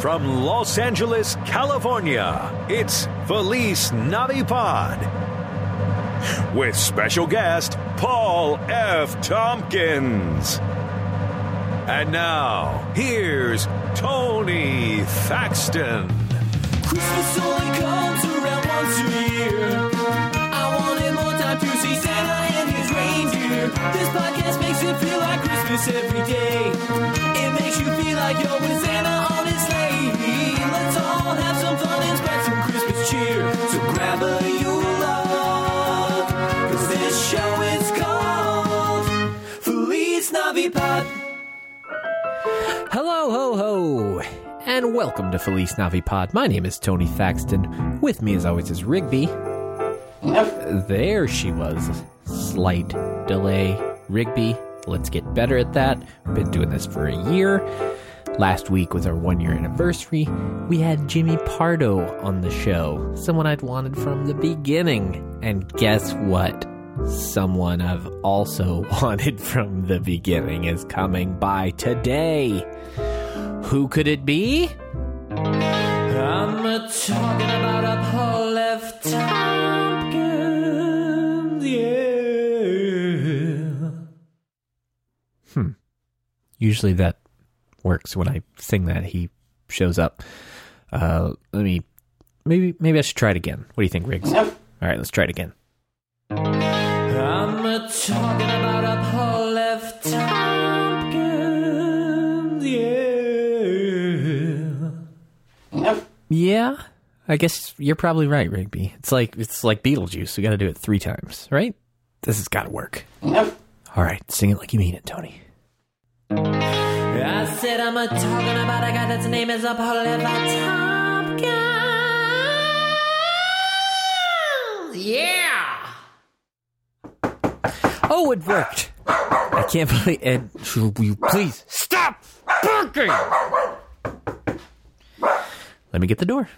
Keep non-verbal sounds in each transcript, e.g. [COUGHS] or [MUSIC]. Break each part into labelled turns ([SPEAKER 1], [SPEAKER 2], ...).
[SPEAKER 1] From Los Angeles, California, it's Felice Navipod. With special guest, Paul F. Tompkins. And now, here's Tony Thaxton.
[SPEAKER 2] Christmas only comes around once a year. I wanted more time to see Santa and his reindeer. This podcast makes it feel like Christmas every day. It makes you feel like you're with Santa on his sleigh. Let's all have some fun and spread some Christmas cheer. So grab a Yule log, 'cause this show is called Feliz Navipod.
[SPEAKER 3] Hello, ho, ho, and welcome to Felice Navipod. My name is Tony Thaxton. With me, as always, is Rigby. There she was. Slight delay. Rigby, let's get better at that. We've been doing this for a year. Last week was our one year anniversary. We had Jimmy Pardo on the show, someone I'd wanted from the beginning. And guess what? Someone I've also [LAUGHS] wanted from the beginning is coming by today. Who could it be?
[SPEAKER 2] I'm a talking about a Paul F. Tompkins, yeah.
[SPEAKER 3] Hmm. Usually that works when I sing that he shows up. Uh, let me maybe maybe I should try it again. What do you think, Riggs? All right, let's try it again.
[SPEAKER 2] I'm a talking about a Paul F. Tompkins, yeah.
[SPEAKER 3] Yeah, I guess you're probably right, Rigby. It's like it's like Beetlejuice. We got to do it three times, right? This has got to work. All right, sing it like you mean it, Tony.
[SPEAKER 2] I said I'm a talking about a guy that's name is a Paul F. Tompkins, yeah.
[SPEAKER 3] Oh, it worked. I can't believe it. Should you please stop barking? Let me get the door.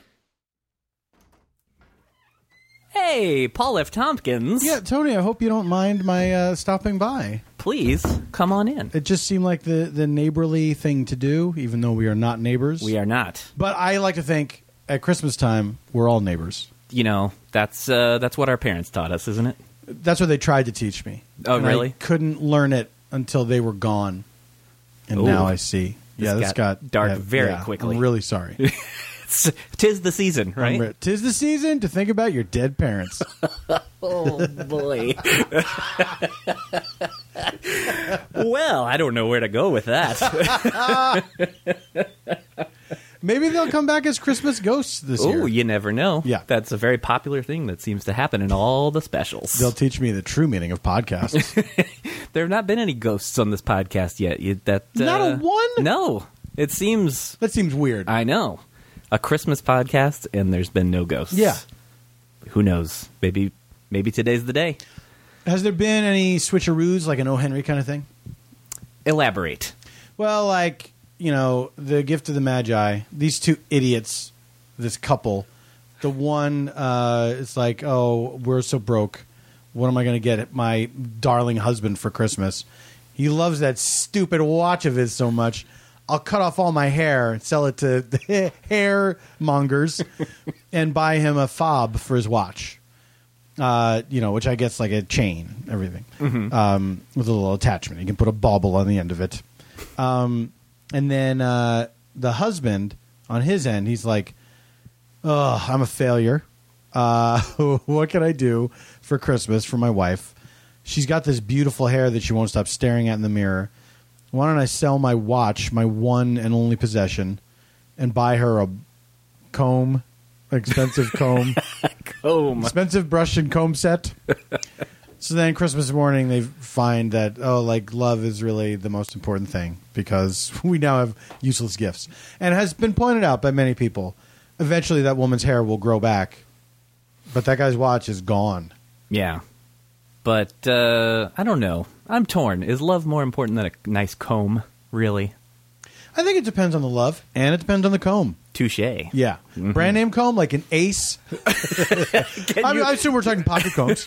[SPEAKER 4] Hey, Paul F. Tompkins.
[SPEAKER 5] Yeah, Tony, I hope you don't mind my uh, stopping by.
[SPEAKER 4] Please come on in.
[SPEAKER 5] It just seemed like the, the neighborly thing to do, even though we are not neighbors.
[SPEAKER 4] We are not.
[SPEAKER 5] But I like to think at Christmas time, we're all neighbors.
[SPEAKER 4] You know, that's uh, that's what our parents taught us, isn't it?
[SPEAKER 5] That's what they tried to teach me.
[SPEAKER 4] Oh,
[SPEAKER 5] And
[SPEAKER 4] really?
[SPEAKER 5] I couldn't learn it until they were gone. And
[SPEAKER 4] Ooh.
[SPEAKER 5] now I see.
[SPEAKER 4] This
[SPEAKER 5] yeah, this
[SPEAKER 4] got
[SPEAKER 5] got,
[SPEAKER 4] dark
[SPEAKER 5] yeah,
[SPEAKER 4] very
[SPEAKER 5] yeah,
[SPEAKER 4] quickly.
[SPEAKER 5] I'm
[SPEAKER 4] [LAUGHS]
[SPEAKER 5] really sorry.
[SPEAKER 4] It's, tis the season, right?
[SPEAKER 5] I'm re- Tis the season to think about your
[SPEAKER 4] [LAUGHS]
[SPEAKER 5] dead parents.
[SPEAKER 4] Oh boy. [LAUGHS] well, I don't know where to go with
[SPEAKER 5] [LAUGHS]
[SPEAKER 4] that.
[SPEAKER 5] Maybe they'll come back as Christmas ghosts this
[SPEAKER 4] oh,
[SPEAKER 5] year.
[SPEAKER 4] you never know.
[SPEAKER 5] Yeah.
[SPEAKER 4] that's a very popular thing that seems to happen in all the specials.
[SPEAKER 5] They'll teach me the true meaning
[SPEAKER 4] [LAUGHS]
[SPEAKER 5] of podcasts.
[SPEAKER 4] There have not been any ghosts on this podcast yet. You, that uh,
[SPEAKER 5] Not a one?
[SPEAKER 4] No, it seems.
[SPEAKER 5] that seems weird.
[SPEAKER 4] I know. A Christmas podcast, and there's been no ghosts.
[SPEAKER 5] yeah.
[SPEAKER 4] who knows? Maybe maybe today's the day.
[SPEAKER 5] Has there been any switcheroos, like an O. Henry kind of thing?
[SPEAKER 4] Elaborate.
[SPEAKER 5] Well, like you know, the gift of the Magi. These two idiots, this couple. The one, uh, it's like, oh, we're so broke. What am I going to get my darling husband for Christmas? He loves that stupid watch of his so much. I'll cut off all my hair and sell it to [LAUGHS] the hair mongers and buy him a fob for his watch. Uh, you know, which I guess like a chain, everything um, with a little attachment. You can put a bauble on the end of it and then uh, the husband on his end, he's like, "Ugh, I'm a failure. Uh, [LAUGHS] what can I do for Christmas for my wife? She's got this beautiful hair that she won't stop staring at in the mirror. Why don't I sell my watch, my one and only possession, and buy her a comb, expensive comb,
[SPEAKER 4] Oh my!
[SPEAKER 5] expensive brush and comb set?" So then Christmas morning they find that oh like love is really the most important thing because [LAUGHS] we now have useless gifts. And it has been pointed out by many people. Eventually that woman's hair will grow back. But that guy's watch is gone.
[SPEAKER 4] Yeah, but uh, I don't know. I'm torn. Is love more important than a nice comb? Really?
[SPEAKER 5] I think it depends on the love and it depends on the comb.
[SPEAKER 4] Touche.
[SPEAKER 5] Yeah. Brand name comb like an ace. I, mean, I assume we're talking pocket combs.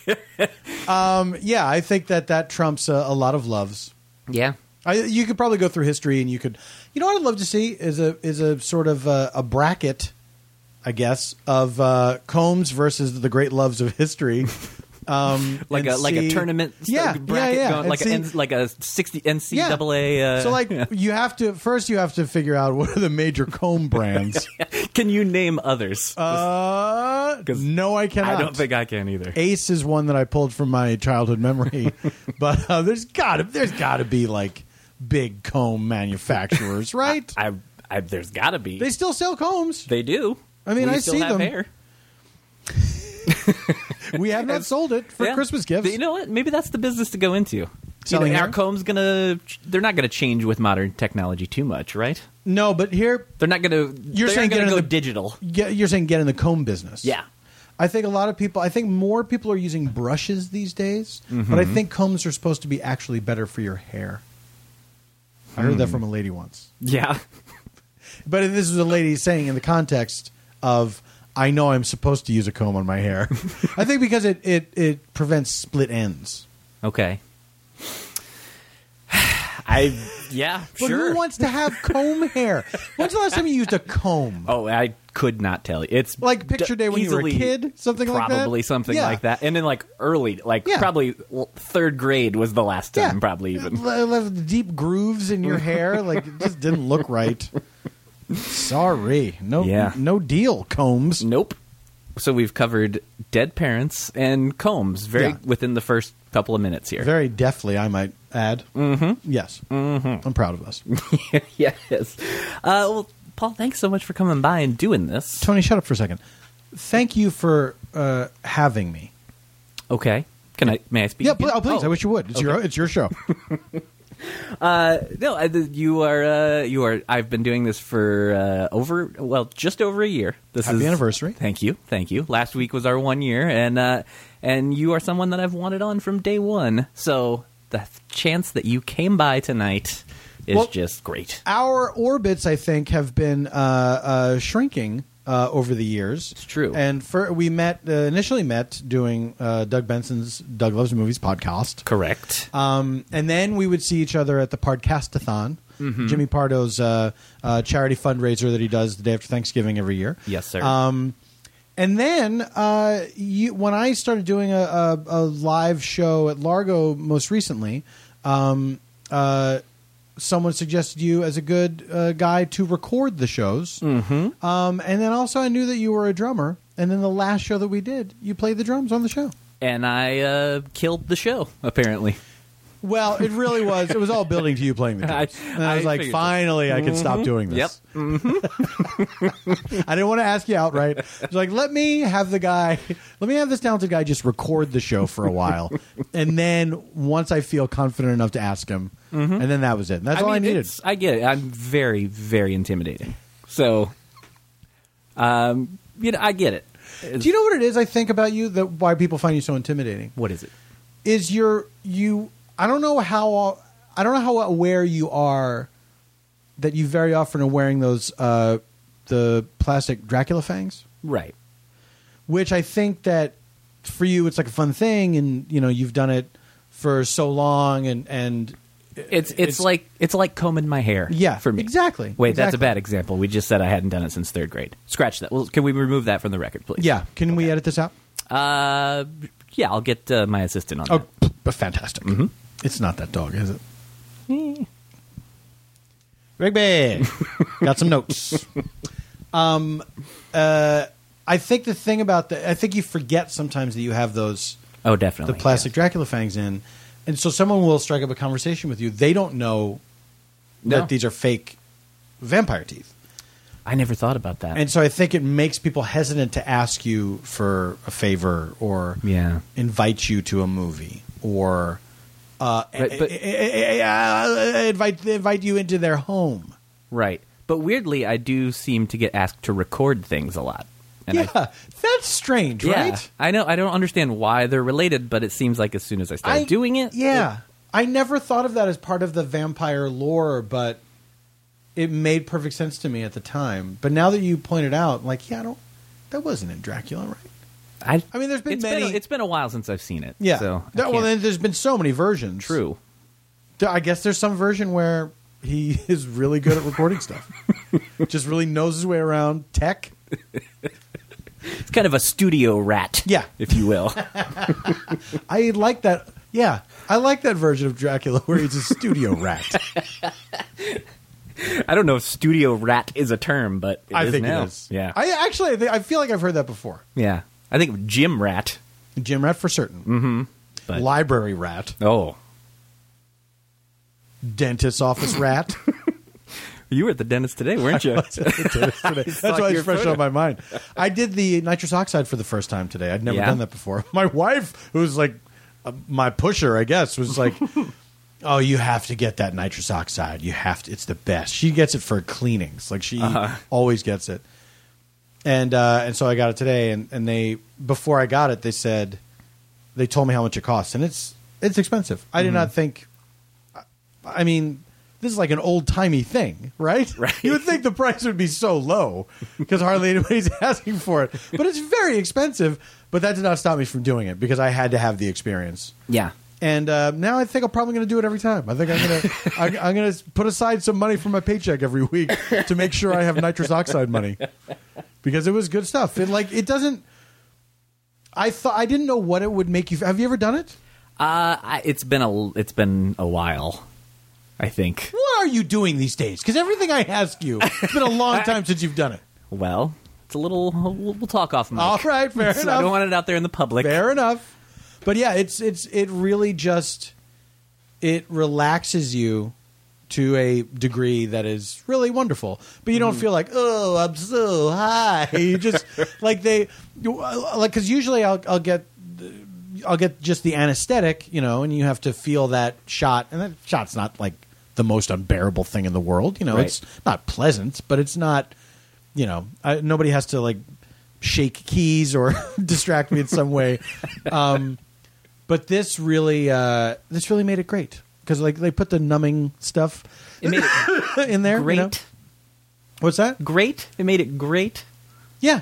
[SPEAKER 5] um, yeah, I think that that trumps a, a lot of loves.
[SPEAKER 4] Yeah.
[SPEAKER 5] I, you could probably go through history, and you could, you know, what I'd love to see is a is a sort of uh, a, a bracket, I guess, of uh, Combs versus the great loves
[SPEAKER 4] [LAUGHS]
[SPEAKER 5] of history, um,
[SPEAKER 4] like
[SPEAKER 5] and
[SPEAKER 4] a like a
[SPEAKER 5] see-
[SPEAKER 4] tournament
[SPEAKER 5] yeah,
[SPEAKER 4] like bracket
[SPEAKER 5] yeah, yeah,
[SPEAKER 4] going,
[SPEAKER 5] and
[SPEAKER 4] like a
[SPEAKER 5] see-
[SPEAKER 4] N- like a sixty NCAA. Uh,
[SPEAKER 5] so
[SPEAKER 4] [LAUGHS]
[SPEAKER 5] like you have to first you have to figure out what are the
[SPEAKER 4] [LAUGHS]
[SPEAKER 5] major comb brands.
[SPEAKER 4] can you name others?
[SPEAKER 5] uh,
[SPEAKER 4] 'Cause
[SPEAKER 5] no, I cannot.
[SPEAKER 4] I don't think I can either.
[SPEAKER 5] Ace is one that I pulled from my childhood memory, [LAUGHS] but uh, there's got to there's got to be like big comb manufacturers, right?
[SPEAKER 4] [LAUGHS] I, I there's got to be.
[SPEAKER 5] they still sell combs.
[SPEAKER 4] They do.
[SPEAKER 5] I mean,
[SPEAKER 4] We
[SPEAKER 5] I
[SPEAKER 4] still
[SPEAKER 5] see
[SPEAKER 4] have
[SPEAKER 5] them.
[SPEAKER 4] hair.
[SPEAKER 5] We have not sold it for
[SPEAKER 4] Yeah.
[SPEAKER 5] Christmas
[SPEAKER 4] But
[SPEAKER 5] gifts.
[SPEAKER 4] You know what? Maybe that's the business to go into.
[SPEAKER 5] Selling
[SPEAKER 4] you know, our
[SPEAKER 5] hair?
[SPEAKER 4] combs gonna. They're not gonna change with modern technology too much, right?
[SPEAKER 5] no, but here
[SPEAKER 4] They're not gonna.
[SPEAKER 5] You're
[SPEAKER 4] they're
[SPEAKER 5] saying get
[SPEAKER 4] gonna go
[SPEAKER 5] into the-
[SPEAKER 4] digital.
[SPEAKER 5] get, you're saying get in the comb business.
[SPEAKER 4] Yeah.
[SPEAKER 5] I think a lot of people. I think more people are using brushes these days, but I
[SPEAKER 4] Mm-hmm.
[SPEAKER 5] think combs are supposed to be actually better for your hair. I heard
[SPEAKER 4] Hmm.
[SPEAKER 5] that from a lady once.
[SPEAKER 4] Yeah.
[SPEAKER 5] But this is a lady saying in the context of I know I'm supposed to use a comb on my hair. [LAUGHS] I think because it, it, it prevents split ends.
[SPEAKER 4] Okay. [SIGHS] I yeah
[SPEAKER 5] But
[SPEAKER 4] sure.
[SPEAKER 5] who wants to have comb hair? When's the last time you used a comb?
[SPEAKER 4] oh, I could not tell you. It's
[SPEAKER 5] Like picture
[SPEAKER 4] d-
[SPEAKER 5] day when you were a
[SPEAKER 4] easily
[SPEAKER 5] kid, something like that?
[SPEAKER 4] Probably something
[SPEAKER 5] Yeah.
[SPEAKER 4] like that, and then like early, like
[SPEAKER 5] Yeah.
[SPEAKER 4] probably l- third grade was the last time, probably even.
[SPEAKER 5] Le- le- the deep grooves in your hair, like it just didn't look
[SPEAKER 4] [LAUGHS]
[SPEAKER 5] right. Sorry, no,
[SPEAKER 4] Yeah. Mm.
[SPEAKER 5] no deal, combs.
[SPEAKER 4] Nope. So we've covered dead parents and combs very
[SPEAKER 5] Yeah.
[SPEAKER 4] within the first couple of minutes here.
[SPEAKER 5] Very deftly, I might add. Mm-hmm. Yes, mm-hmm. I'm proud of us.
[SPEAKER 4] [LAUGHS] yes. Uh, well, Paul, thanks so much for coming by and doing this.
[SPEAKER 5] Tony, shut up for a second. Thank you for uh, having me.
[SPEAKER 4] Okay. Can I? May I speak?
[SPEAKER 5] Yeah,
[SPEAKER 4] again?
[SPEAKER 5] please, oh, please.
[SPEAKER 4] Oh,
[SPEAKER 5] I wish you would. It's your it's
[SPEAKER 4] [LAUGHS]
[SPEAKER 5] your show.
[SPEAKER 4] Uh, no, I, th- you are. Uh, you are. I've been doing this for uh, over. Well, just over a year. This
[SPEAKER 5] Happy
[SPEAKER 4] is
[SPEAKER 5] anniversary.
[SPEAKER 4] Thank you. Thank you. Last week was our one year, and uh, and you are someone that I've wanted on from day one. So the chance that you came by tonight is
[SPEAKER 5] Well-
[SPEAKER 4] just great.
[SPEAKER 5] Our orbits, I think, have been uh, uh, shrinking uh, over the years. It's
[SPEAKER 4] true.
[SPEAKER 5] And for, we met uh, initially met doing uh, Doug Benson's Doug Loves Movies podcast.
[SPEAKER 4] Correct.
[SPEAKER 5] Um, and then we would see each other at the Podcastathon,
[SPEAKER 4] Mm-hmm.
[SPEAKER 5] Jimmy Pardo's uh, uh, charity fundraiser that he does the day after Thanksgiving every year.
[SPEAKER 4] Yes, sir.
[SPEAKER 5] Um, and then uh, you, when I started doing a, a, a live show at Largo most recently, um, uh, someone suggested you as a good uh, guy to record the shows. Mm-hmm. Um, and then also I knew that you were a drummer. And then the last show that we did, you played the drums on the show.
[SPEAKER 4] and I uh, killed the show. Apparently,
[SPEAKER 5] Well, it really was. It was all building to you playing the drums.
[SPEAKER 4] [LAUGHS] I-
[SPEAKER 5] and I was
[SPEAKER 4] I
[SPEAKER 5] like,
[SPEAKER 4] figured so. Mm-hmm.
[SPEAKER 5] finally, I can stop doing this.
[SPEAKER 4] Yep. Mm-hmm.
[SPEAKER 5] [LAUGHS] I didn't want to ask you outright. I was like, let me have the guy, let me have this talented guy just record the show for a while. and then once I feel confident enough to ask him, and then that was it. And that's all I
[SPEAKER 4] mean,
[SPEAKER 5] needed.
[SPEAKER 4] it's- Mm-hmm. I get it. I'm very, very intimidating. So, um, you know, I get it.
[SPEAKER 5] Do you know what it is I think about you that why people find you so intimidating?
[SPEAKER 4] What is it?
[SPEAKER 5] is your you I don't know how I don't know how aware you are that you very often are wearing those uh the plastic Dracula fangs,
[SPEAKER 4] Right.
[SPEAKER 5] which I think that for you it's like a fun thing and you know you've done it for so long and and
[SPEAKER 4] It's, it's like it's like combing my hair.
[SPEAKER 5] Yeah,
[SPEAKER 4] for me
[SPEAKER 5] exactly,
[SPEAKER 4] Wait, that's a
[SPEAKER 5] exactly.
[SPEAKER 4] bad example. We just said I hadn't done it since third grade. Scratch that. Well, can we remove that from the record, please?
[SPEAKER 5] yeah, can we edit this out?
[SPEAKER 4] Uh, yeah. I'll get uh, my assistant on.
[SPEAKER 5] Oh,
[SPEAKER 4] that.
[SPEAKER 5] p- p- fantastic. Mm-hmm. It's not that dog, is it? Rigby, got some notes. Um, uh, I think the thing about the, I think you forget sometimes that you have those
[SPEAKER 4] Oh, definitely.
[SPEAKER 5] the plastic Dracula fangs in, and so someone will strike up a conversation with you. They don't know
[SPEAKER 4] No.
[SPEAKER 5] that these are fake vampire teeth,
[SPEAKER 4] yes. I never thought about that.
[SPEAKER 5] and so I think it makes people hesitant to ask you for a favor or
[SPEAKER 4] yeah.
[SPEAKER 5] invite you to a movie or uh,
[SPEAKER 4] Right, but-
[SPEAKER 5] eh, eh, eh, eh, eh, invite invite you into their home.
[SPEAKER 4] Right. But weirdly, I do seem to get asked to record things a lot. And I
[SPEAKER 5] yeah, that's strange, right?
[SPEAKER 4] I know. I don't understand why they're related, but it seems like as soon as I start
[SPEAKER 5] I-
[SPEAKER 4] doing it,
[SPEAKER 5] Yeah, I never thought of that as part of the vampire lore, but it made perfect sense to me at the time. But now that you pointed out, like, yeah, I don't. That wasn't in Dracula, right?
[SPEAKER 4] I,
[SPEAKER 5] I mean, there's been
[SPEAKER 4] it's
[SPEAKER 5] many-
[SPEAKER 4] a- it's been a while since I've seen it.
[SPEAKER 5] Yeah.
[SPEAKER 4] So I
[SPEAKER 5] That- well,
[SPEAKER 4] can't-
[SPEAKER 5] then there's been so many versions.
[SPEAKER 4] true.
[SPEAKER 5] There- I guess there's some version where he [LAUGHS] is really good at recording
[SPEAKER 4] [LAUGHS]
[SPEAKER 5] stuff. Just really knows his way around tech.
[SPEAKER 4] It's kind of a studio rat,
[SPEAKER 5] Yeah.
[SPEAKER 4] if you will.
[SPEAKER 5] [LAUGHS] I like that. Yeah, I like that version of Dracula where he's a
[SPEAKER 4] [LAUGHS]
[SPEAKER 5] studio rat.
[SPEAKER 4] I don't know if studio rat is a term, but it
[SPEAKER 5] I
[SPEAKER 4] is
[SPEAKER 5] think
[SPEAKER 4] now.
[SPEAKER 5] it is.
[SPEAKER 4] Yeah,
[SPEAKER 5] I actually, I, think, I feel like I've heard that before.
[SPEAKER 4] yeah. I think gym rat.
[SPEAKER 5] Gym rat for certain. Mm-hmm.
[SPEAKER 4] But-
[SPEAKER 5] Library rat.
[SPEAKER 4] Oh,
[SPEAKER 5] Dentist office rat.
[SPEAKER 4] you were at the dentist [LAUGHS] today, weren't you?
[SPEAKER 5] [LAUGHS] Dentist today. That's
[SPEAKER 4] like
[SPEAKER 5] why it's
[SPEAKER 4] your
[SPEAKER 5] fresh
[SPEAKER 4] photo.
[SPEAKER 5] on my mind. I did the nitrous oxide for the first time today. I'd never
[SPEAKER 4] Yeah.
[SPEAKER 5] done that before. [LAUGHS] My wife, who's like uh, my pusher, I guess,
[SPEAKER 4] [LAUGHS]
[SPEAKER 5] was like, "Oh, you have to get that nitrous oxide. You have to. It's the best." She gets it for cleanings. Like she
[SPEAKER 4] Uh-huh.
[SPEAKER 5] always gets it. And uh, and so I got it today, and, and they before I got it, they said they told me how much it costs, and it's it's expensive. I
[SPEAKER 4] Mm-hmm.
[SPEAKER 5] did not think. I- I mean, this is like an old timey thing, right? Right. You would think the price would be so low because hardly anybody's [LAUGHS] asking for it, but it's very expensive. But that did not stop me from doing it because I had to have the experience.
[SPEAKER 4] yeah.
[SPEAKER 5] And uh, now I think I'm probably going to do it every time. I think I'm going to [LAUGHS] I'm, I'm going to put aside some money from my paycheck every week to make sure I have nitrous oxide money because it was good stuff. It like it doesn't. I thought I didn't know what it would make you. Have you ever done it?
[SPEAKER 4] Uh, I, it's been a it's been a while. I think.
[SPEAKER 5] What are you doing these days? Because everything I ask you, it's been a [LAUGHS] long time since you've done it.
[SPEAKER 4] Well, it's a little. We'll, we'll talk off mic.
[SPEAKER 5] All right, fair
[SPEAKER 4] So [LAUGHS] I
[SPEAKER 5] enough.
[SPEAKER 4] don't want it out there in the public.
[SPEAKER 5] Fair enough. But yeah, it's it's it really just it relaxes you to a degree that is really wonderful. But you don't feel like, "Oh, I'm so high." [LAUGHS] You just like they you- uh, like cuz usually I'll I'll get I'll get just the anesthetic, you know, and you have to feel that shot and that shot's not like the most unbearable thing in the world, you know.
[SPEAKER 4] Right.
[SPEAKER 5] It's not pleasant, but it's not you know, I, nobody has to like shake keys or [LAUGHS] distract me in some way. Um, but this really, uh, this really made it great because like they put the numbing stuff
[SPEAKER 4] It made it
[SPEAKER 5] [COUGHS] in there. you
[SPEAKER 4] great.
[SPEAKER 5] know? What's that?
[SPEAKER 4] Great. It made it great.
[SPEAKER 5] Yeah,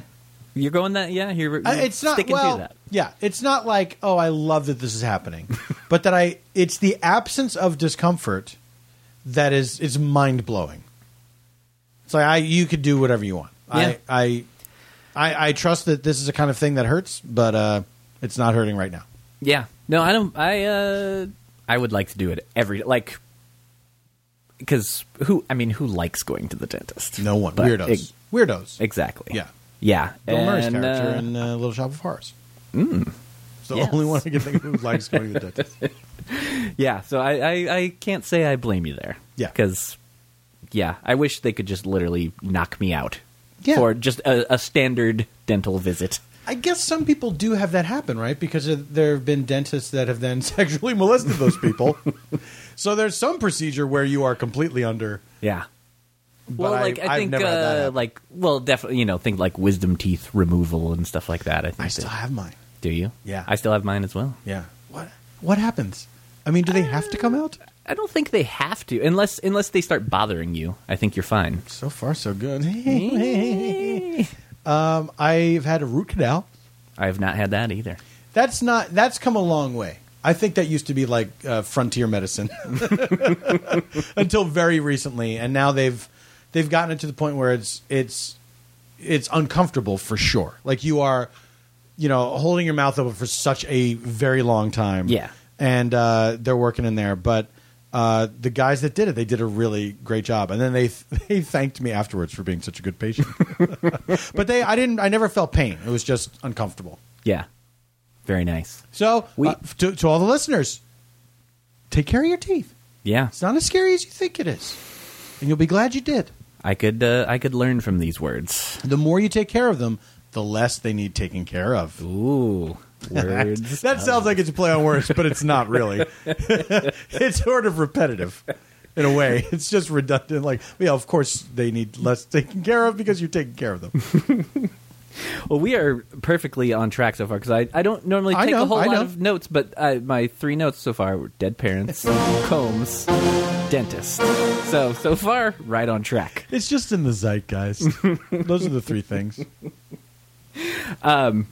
[SPEAKER 4] You're going that. Yeah. You're.
[SPEAKER 5] I-
[SPEAKER 4] you're
[SPEAKER 5] Uh, it's not
[SPEAKER 4] sticking
[SPEAKER 5] well.
[SPEAKER 4] to that.
[SPEAKER 5] Yeah, it's not like oh, I love that this is happening,
[SPEAKER 4] [LAUGHS]
[SPEAKER 5] but that I it's the absence of discomfort that is is mind blowing. It's like I you could do whatever you want.
[SPEAKER 4] Yeah.
[SPEAKER 5] I, I I I trust that this is the kind of thing that hurts, but uh, it's not hurting right now.
[SPEAKER 4] Yeah. No, I don't. I uh, I would like to do it every like because who? I mean, who likes going to the dentist?
[SPEAKER 5] No one
[SPEAKER 4] But
[SPEAKER 5] weirdos
[SPEAKER 4] ex-
[SPEAKER 5] weirdos.
[SPEAKER 4] exactly.
[SPEAKER 5] Yeah.
[SPEAKER 4] Yeah.
[SPEAKER 5] Bill Murray's
[SPEAKER 4] And,
[SPEAKER 5] character
[SPEAKER 4] uh, Hmm.
[SPEAKER 5] in uh, Little Shop of Horrors. Mm. It's the
[SPEAKER 4] Yes.
[SPEAKER 5] only one I can think of who likes going to
[SPEAKER 4] [LAUGHS]
[SPEAKER 5] the dentist.
[SPEAKER 4] yeah. So I, I I can't say I blame you there.
[SPEAKER 5] Yeah.
[SPEAKER 4] Because yeah, I wish they could just literally knock me out.
[SPEAKER 5] Yeah.
[SPEAKER 4] For just a, a standard dental visit.
[SPEAKER 5] I guess some people do have that happen, right? Because there have been dentists that have then [LAUGHS] sexually molested those people. so there's some procedure where you are completely under.
[SPEAKER 4] Yeah.
[SPEAKER 5] But
[SPEAKER 4] well, like I,
[SPEAKER 5] have
[SPEAKER 4] think,
[SPEAKER 5] never had that
[SPEAKER 4] uh,
[SPEAKER 5] happen.
[SPEAKER 4] like, well, definitely, you know, think like wisdom teeth removal and stuff like that. I think.
[SPEAKER 5] I
[SPEAKER 4] that-
[SPEAKER 5] still have mine.
[SPEAKER 4] do you?
[SPEAKER 5] Yeah.
[SPEAKER 4] I still have mine as well.
[SPEAKER 5] Yeah. What? What happens? I mean, do they have to come out?
[SPEAKER 4] I don't think they have to, unless unless they start bothering you. I think you're
[SPEAKER 5] [LAUGHS]
[SPEAKER 4] fine.
[SPEAKER 5] So far, so good. [LAUGHS] um, I've had a root canal.
[SPEAKER 4] I have not had that either.
[SPEAKER 5] That's not. That's come a long way. I think that used to be like uh, frontier medicine [LAUGHS] until very recently, and now they've they've gotten it to the point where it's it's it's uncomfortable for sure. Like you are, you know, holding your mouth open for such a very long time.
[SPEAKER 4] Yeah.
[SPEAKER 5] and uh, they're working in there, but. Uh, the guys that did it, they did a really great job, and then they [LAUGHS] they thanked me afterwards for being such a good patient. [LAUGHS] but they, I didn't, I never felt pain. It was just uncomfortable.
[SPEAKER 4] Yeah, very nice.
[SPEAKER 5] So,
[SPEAKER 4] We-
[SPEAKER 5] uh, to, to all the listeners, take care of your teeth.
[SPEAKER 4] Yeah,
[SPEAKER 5] It's not as scary as you think it is, and you'll be glad you did.
[SPEAKER 4] I could uh, I could learn from these words.
[SPEAKER 5] The more you take care of them, the less they need taking care of.
[SPEAKER 4] Ooh, [LAUGHS] words.
[SPEAKER 5] [LAUGHS] That sounds like it's a play on words, but it's not really. [LAUGHS] it's sort of repetitive in a way. It's just redundant. Like, yeah, of course they need less taken care of because you're taking care of them.
[SPEAKER 4] Well, we are perfectly on track so far because I, I don't normally
[SPEAKER 5] I
[SPEAKER 4] take
[SPEAKER 5] know,
[SPEAKER 4] a whole
[SPEAKER 5] I
[SPEAKER 4] lot
[SPEAKER 5] know.
[SPEAKER 4] of notes, but uh my three notes so far were dead [LAUGHS] parents, combs, dentist. So so far, right on track.
[SPEAKER 5] It's just in
[SPEAKER 4] [LAUGHS]
[SPEAKER 5] the zeitgeist. Those are the three things. Um.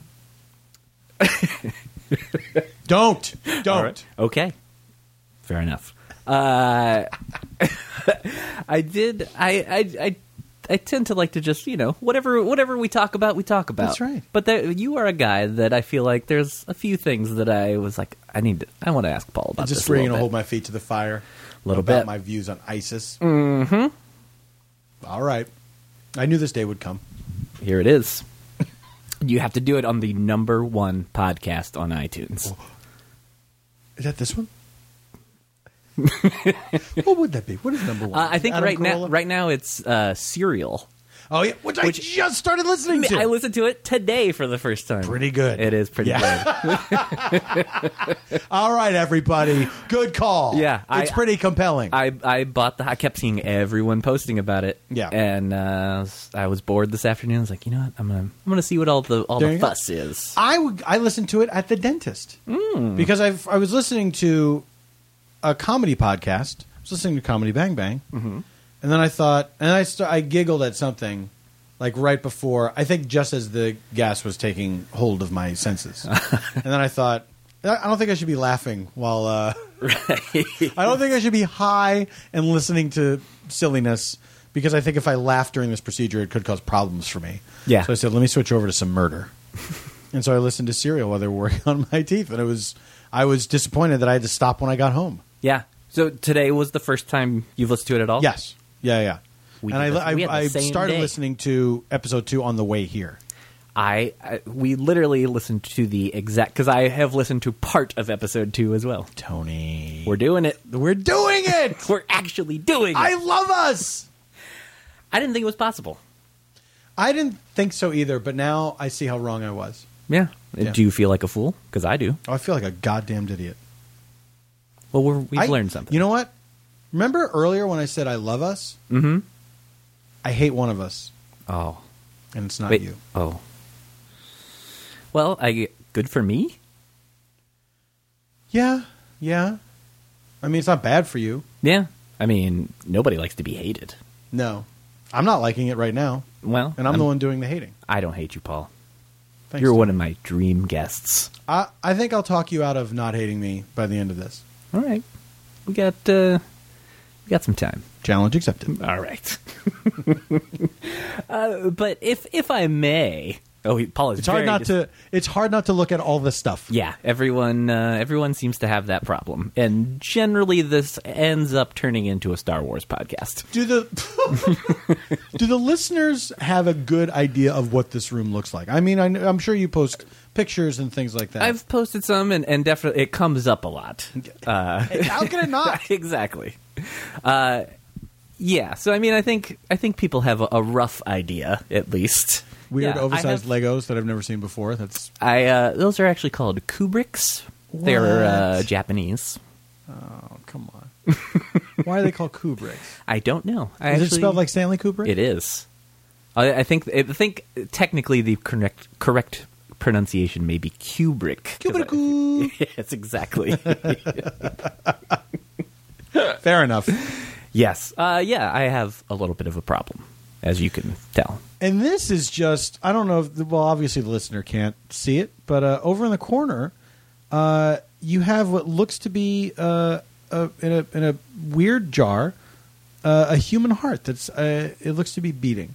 [SPEAKER 4] Um,
[SPEAKER 5] [LAUGHS] don't don't.
[SPEAKER 4] Okay, fair enough. Uh, [LAUGHS] I did. I, I I I tend to like to just you know whatever whatever we talk about we talk about.
[SPEAKER 5] That's right.
[SPEAKER 4] But there, you are a guy that I feel like there's a few things that I was like I need to, I want to ask Paul about.
[SPEAKER 5] I'm just
[SPEAKER 4] this a
[SPEAKER 5] really
[SPEAKER 4] little
[SPEAKER 5] going to
[SPEAKER 4] bit.
[SPEAKER 5] hold my feet to the fire.
[SPEAKER 4] Little
[SPEAKER 5] about
[SPEAKER 4] bit. Mm-hmm.
[SPEAKER 5] my views on ISIS. Mm-hmm. All right. I knew this day would come.
[SPEAKER 4] Here it is. You have to do it on the number one podcast on iTunes.
[SPEAKER 5] Is that
[SPEAKER 4] [LAUGHS]
[SPEAKER 5] this one? what would that be? What is number one?
[SPEAKER 4] Uh, I think
[SPEAKER 5] Adam
[SPEAKER 4] right now,
[SPEAKER 5] Carolla?
[SPEAKER 4] right now it's uh, Serial.
[SPEAKER 5] Oh yeah, which,
[SPEAKER 4] Which-
[SPEAKER 5] I just started listening to.
[SPEAKER 4] I listened to it today for the first time.
[SPEAKER 5] Pretty good.
[SPEAKER 4] It is pretty good.
[SPEAKER 5] All right, everybody, good call.
[SPEAKER 4] Yeah,
[SPEAKER 5] it's
[SPEAKER 4] I-
[SPEAKER 5] pretty compelling.
[SPEAKER 4] I I bought the. I kept seeing everyone posting about it.
[SPEAKER 5] Yeah.
[SPEAKER 4] and uh, I was bored this afternoon. I was like, you know what? I'm gonna I'm gonna see what all the all
[SPEAKER 5] There
[SPEAKER 4] the
[SPEAKER 5] you go.
[SPEAKER 4] fuss is.
[SPEAKER 5] I would- I listened to it at the dentist because I I was listening to a comedy podcast. I was listening to Comedy Bang Bang, and then I thought, and I st- I giggled at something like right before. I think just as the gas was taking hold of my senses, and then I thought, I I don't think I should be laughing while. Uh, [LAUGHS] I don't think I should be high and listening to silliness because I think if I laugh during this procedure, it could cause problems for me.
[SPEAKER 4] Yeah.
[SPEAKER 5] So I said, let me switch over to some murder. and so I listened to Serial while they were working [LAUGHS] on my teeth, and it was I was disappointed that I had to stop when I got home.
[SPEAKER 4] Yeah. So today was the first time you've listened to it at all.
[SPEAKER 5] Yes. Yeah. Yeah.
[SPEAKER 4] Oh. We
[SPEAKER 5] and I,
[SPEAKER 4] did the-
[SPEAKER 5] I,
[SPEAKER 4] we had the
[SPEAKER 5] I
[SPEAKER 4] same
[SPEAKER 5] started
[SPEAKER 4] day.
[SPEAKER 5] listening to episode two on the way here.
[SPEAKER 4] I, I we literally listened to the exact because I have listened to part of episode two as well.
[SPEAKER 5] Tony,
[SPEAKER 4] We're doing it.
[SPEAKER 5] we're doing
[SPEAKER 4] [LAUGHS]
[SPEAKER 5] it.
[SPEAKER 4] We're actually doing it.
[SPEAKER 5] I
[SPEAKER 4] I,
[SPEAKER 5] love us.
[SPEAKER 4] didn't think it was possible.
[SPEAKER 5] I didn't think so either, but now I see how wrong I was.
[SPEAKER 4] Yeah.
[SPEAKER 5] Yeah.
[SPEAKER 4] Do you feel like a fool? Because I do.
[SPEAKER 5] Oh, I feel like a goddamned idiot.
[SPEAKER 4] Well, we're, we've
[SPEAKER 5] I-
[SPEAKER 4] learned something.
[SPEAKER 5] You know what? Remember earlier when I said I love us? Mm-hmm. I hate one of us,
[SPEAKER 4] oh,
[SPEAKER 5] and it's not
[SPEAKER 4] wait.
[SPEAKER 5] you.
[SPEAKER 4] Oh. Well, I good for me.
[SPEAKER 5] Yeah, yeah. I mean, it's not bad for you.
[SPEAKER 4] Yeah. I mean, nobody likes to be hated.
[SPEAKER 5] No, I'm not liking it right now,
[SPEAKER 4] Well,
[SPEAKER 5] and I'm, the one doing the hating.
[SPEAKER 4] I don't hate you, Paul.
[SPEAKER 5] Thanks.
[SPEAKER 4] You're
[SPEAKER 5] Tom.
[SPEAKER 4] one of my dream guests.
[SPEAKER 5] I, I think I'll talk you out of not hating me by the end of this.
[SPEAKER 4] All right. We got uh we got some time.
[SPEAKER 5] Challenge accepted.
[SPEAKER 4] All right. [LAUGHS] uh, but if if I may, oh, he- Paul is
[SPEAKER 5] It's hard
[SPEAKER 4] very
[SPEAKER 5] not
[SPEAKER 4] dis-
[SPEAKER 5] to. It's hard not to look at all this stuff.
[SPEAKER 4] Yeah, everyone uh, everyone seems to have that problem, and generally this ends up turning into a Star Wars podcast.
[SPEAKER 5] Do the
[SPEAKER 4] [LAUGHS]
[SPEAKER 5] do the listeners have a good idea of what this room looks like? I mean, I, kn- I'm sure you post pictures and things like that.
[SPEAKER 4] I've posted some, and, and definitely it comes up a lot.
[SPEAKER 5] How
[SPEAKER 4] [LAUGHS]
[SPEAKER 5] can it not?
[SPEAKER 4] exactly. Uh, yeah. So I mean, I think I think people have a, a rough idea at least.
[SPEAKER 5] weird
[SPEAKER 4] Yeah, I have-
[SPEAKER 5] oversized Legos that I've never seen before. That's
[SPEAKER 4] I uh, those are actually called Kubricks. They're uh,
[SPEAKER 5] What?
[SPEAKER 4] Japanese.
[SPEAKER 5] oh come
[SPEAKER 4] [LAUGHS]
[SPEAKER 5] on. Why are they called Kubricks?
[SPEAKER 4] I don't know. I
[SPEAKER 5] Is it
[SPEAKER 4] actually-
[SPEAKER 5] spelled like Stanley Kubrick?
[SPEAKER 4] It is. I, I think. I think technically the correct correct pronunciation may be Kubrick. 'cause I-
[SPEAKER 5] Kubricku.
[SPEAKER 4] [LAUGHS] yes, exactly.
[SPEAKER 5] Fair enough.
[SPEAKER 4] yes. Uh, yeah, I have a little bit of a problem, as you can tell.
[SPEAKER 5] And this is just I don't know. If the, well, obviously the listener can't see it, but uh, over in the corner, uh, you have what looks to be uh, a, in a in a weird jar. Uh, a human heart that's uh, it looks to be beating.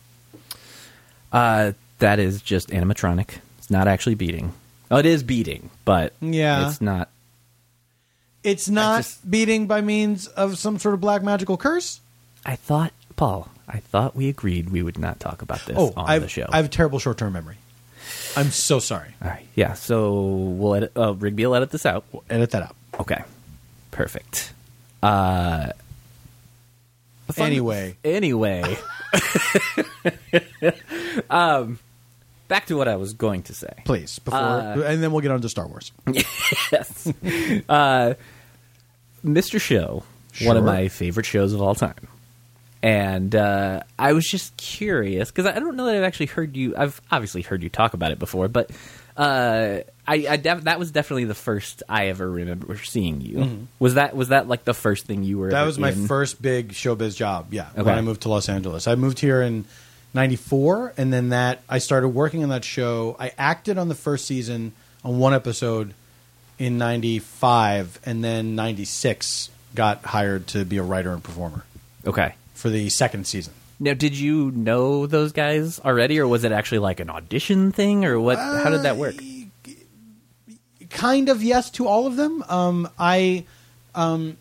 [SPEAKER 4] Uh, that is just animatronic. It's not actually beating. Oh, it is beating, but
[SPEAKER 5] Yeah.
[SPEAKER 4] it's not.
[SPEAKER 5] It's not
[SPEAKER 4] just-
[SPEAKER 5] beating by means of some sort of black magical curse.
[SPEAKER 4] I thought, Paul. I thought we agreed we would not talk about this on
[SPEAKER 5] Oh, I've,
[SPEAKER 4] the show.
[SPEAKER 5] I have terrible short term memory. I'm so sorry.
[SPEAKER 4] All right. Yeah. So we'll edit. Uh, Rigby will edit this out.
[SPEAKER 5] Edit that out.
[SPEAKER 4] Okay. Perfect. Uh. fun-
[SPEAKER 5] Anyway,
[SPEAKER 4] Anyway.
[SPEAKER 5] [LAUGHS]
[SPEAKER 4] [LAUGHS] um. Back to what I was going to say.
[SPEAKER 5] please before, and then we'll get on to Star Wars.
[SPEAKER 4] yes. Uh, Mr. Show, one
[SPEAKER 5] Sure.
[SPEAKER 4] of my favorite shows of all time. And uh, I was just curious because I don't know that I've actually heard you. I've obviously heard you talk about it before, but uh, I, I def- that was definitely the first I ever remember seeing you. Was that was that like the first thing you were?
[SPEAKER 5] Mm-hmm. That
[SPEAKER 4] ever
[SPEAKER 5] was my
[SPEAKER 4] in?
[SPEAKER 5] first big showbiz job. Yeah,
[SPEAKER 4] Okay.
[SPEAKER 5] when I moved to Los Angeles, I moved here in '94, and then that I started working on that show. I acted on the first season on one episode in '95, and then '96 got hired to be a writer and performer
[SPEAKER 4] Okay.
[SPEAKER 5] for the second season.
[SPEAKER 4] Now, did you know those guys already, or was it actually like an audition thing, or what? how did that work?
[SPEAKER 5] Kind of yes to all of them. Um, I, um,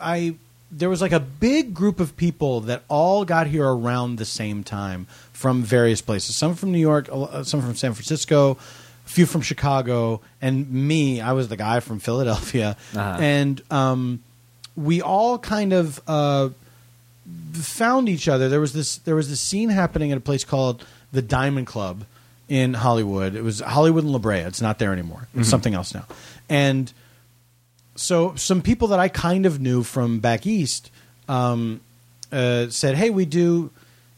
[SPEAKER 5] I there was like a big group of people that all got here around the same time from various places. Some from New York, a lo- uh, some from San Francisco, a few from Chicago, and me. I was the guy from [LAUGHS] Philadelphia,
[SPEAKER 4] Uh-huh.
[SPEAKER 5] and um, we all kind of. Uh, found each other. There was this there was this scene happening at a place called the Diamond Club in Hollywood. It was Hollywood and La Brea. It's not there anymore. It's something else now. And so some people that I kind of knew from back east um, uh, said, "Hey, we do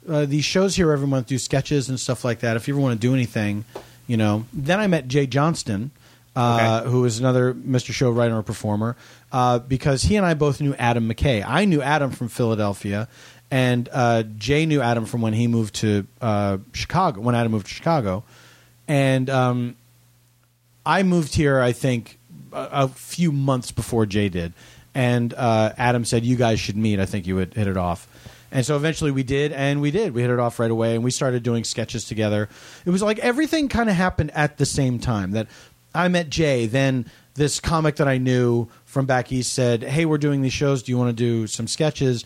[SPEAKER 5] uh, these shows here every month, do sketches and stuff like that. If you ever want to do anything, you know." Then I met Jay Johnston, uh, who is another Mr. Show writer and performer, uh, because he and I both knew Adam McKay. I knew Adam from Philadelphia, and uh, Jay knew Adam from when he moved to uh, Chicago. When Adam moved to Chicago, and um, I moved here, I think, a, a few months before Jay did. And uh, Adam said, You guys should meet. I think you would hit it off. And so eventually we did, and we did. We hit it off right away, and we started doing sketches together. It was like everything kind of happened at the same time that I met Jay, then this comic that I knew from back east said, Hey, we're doing these shows. Do you want to do some sketches?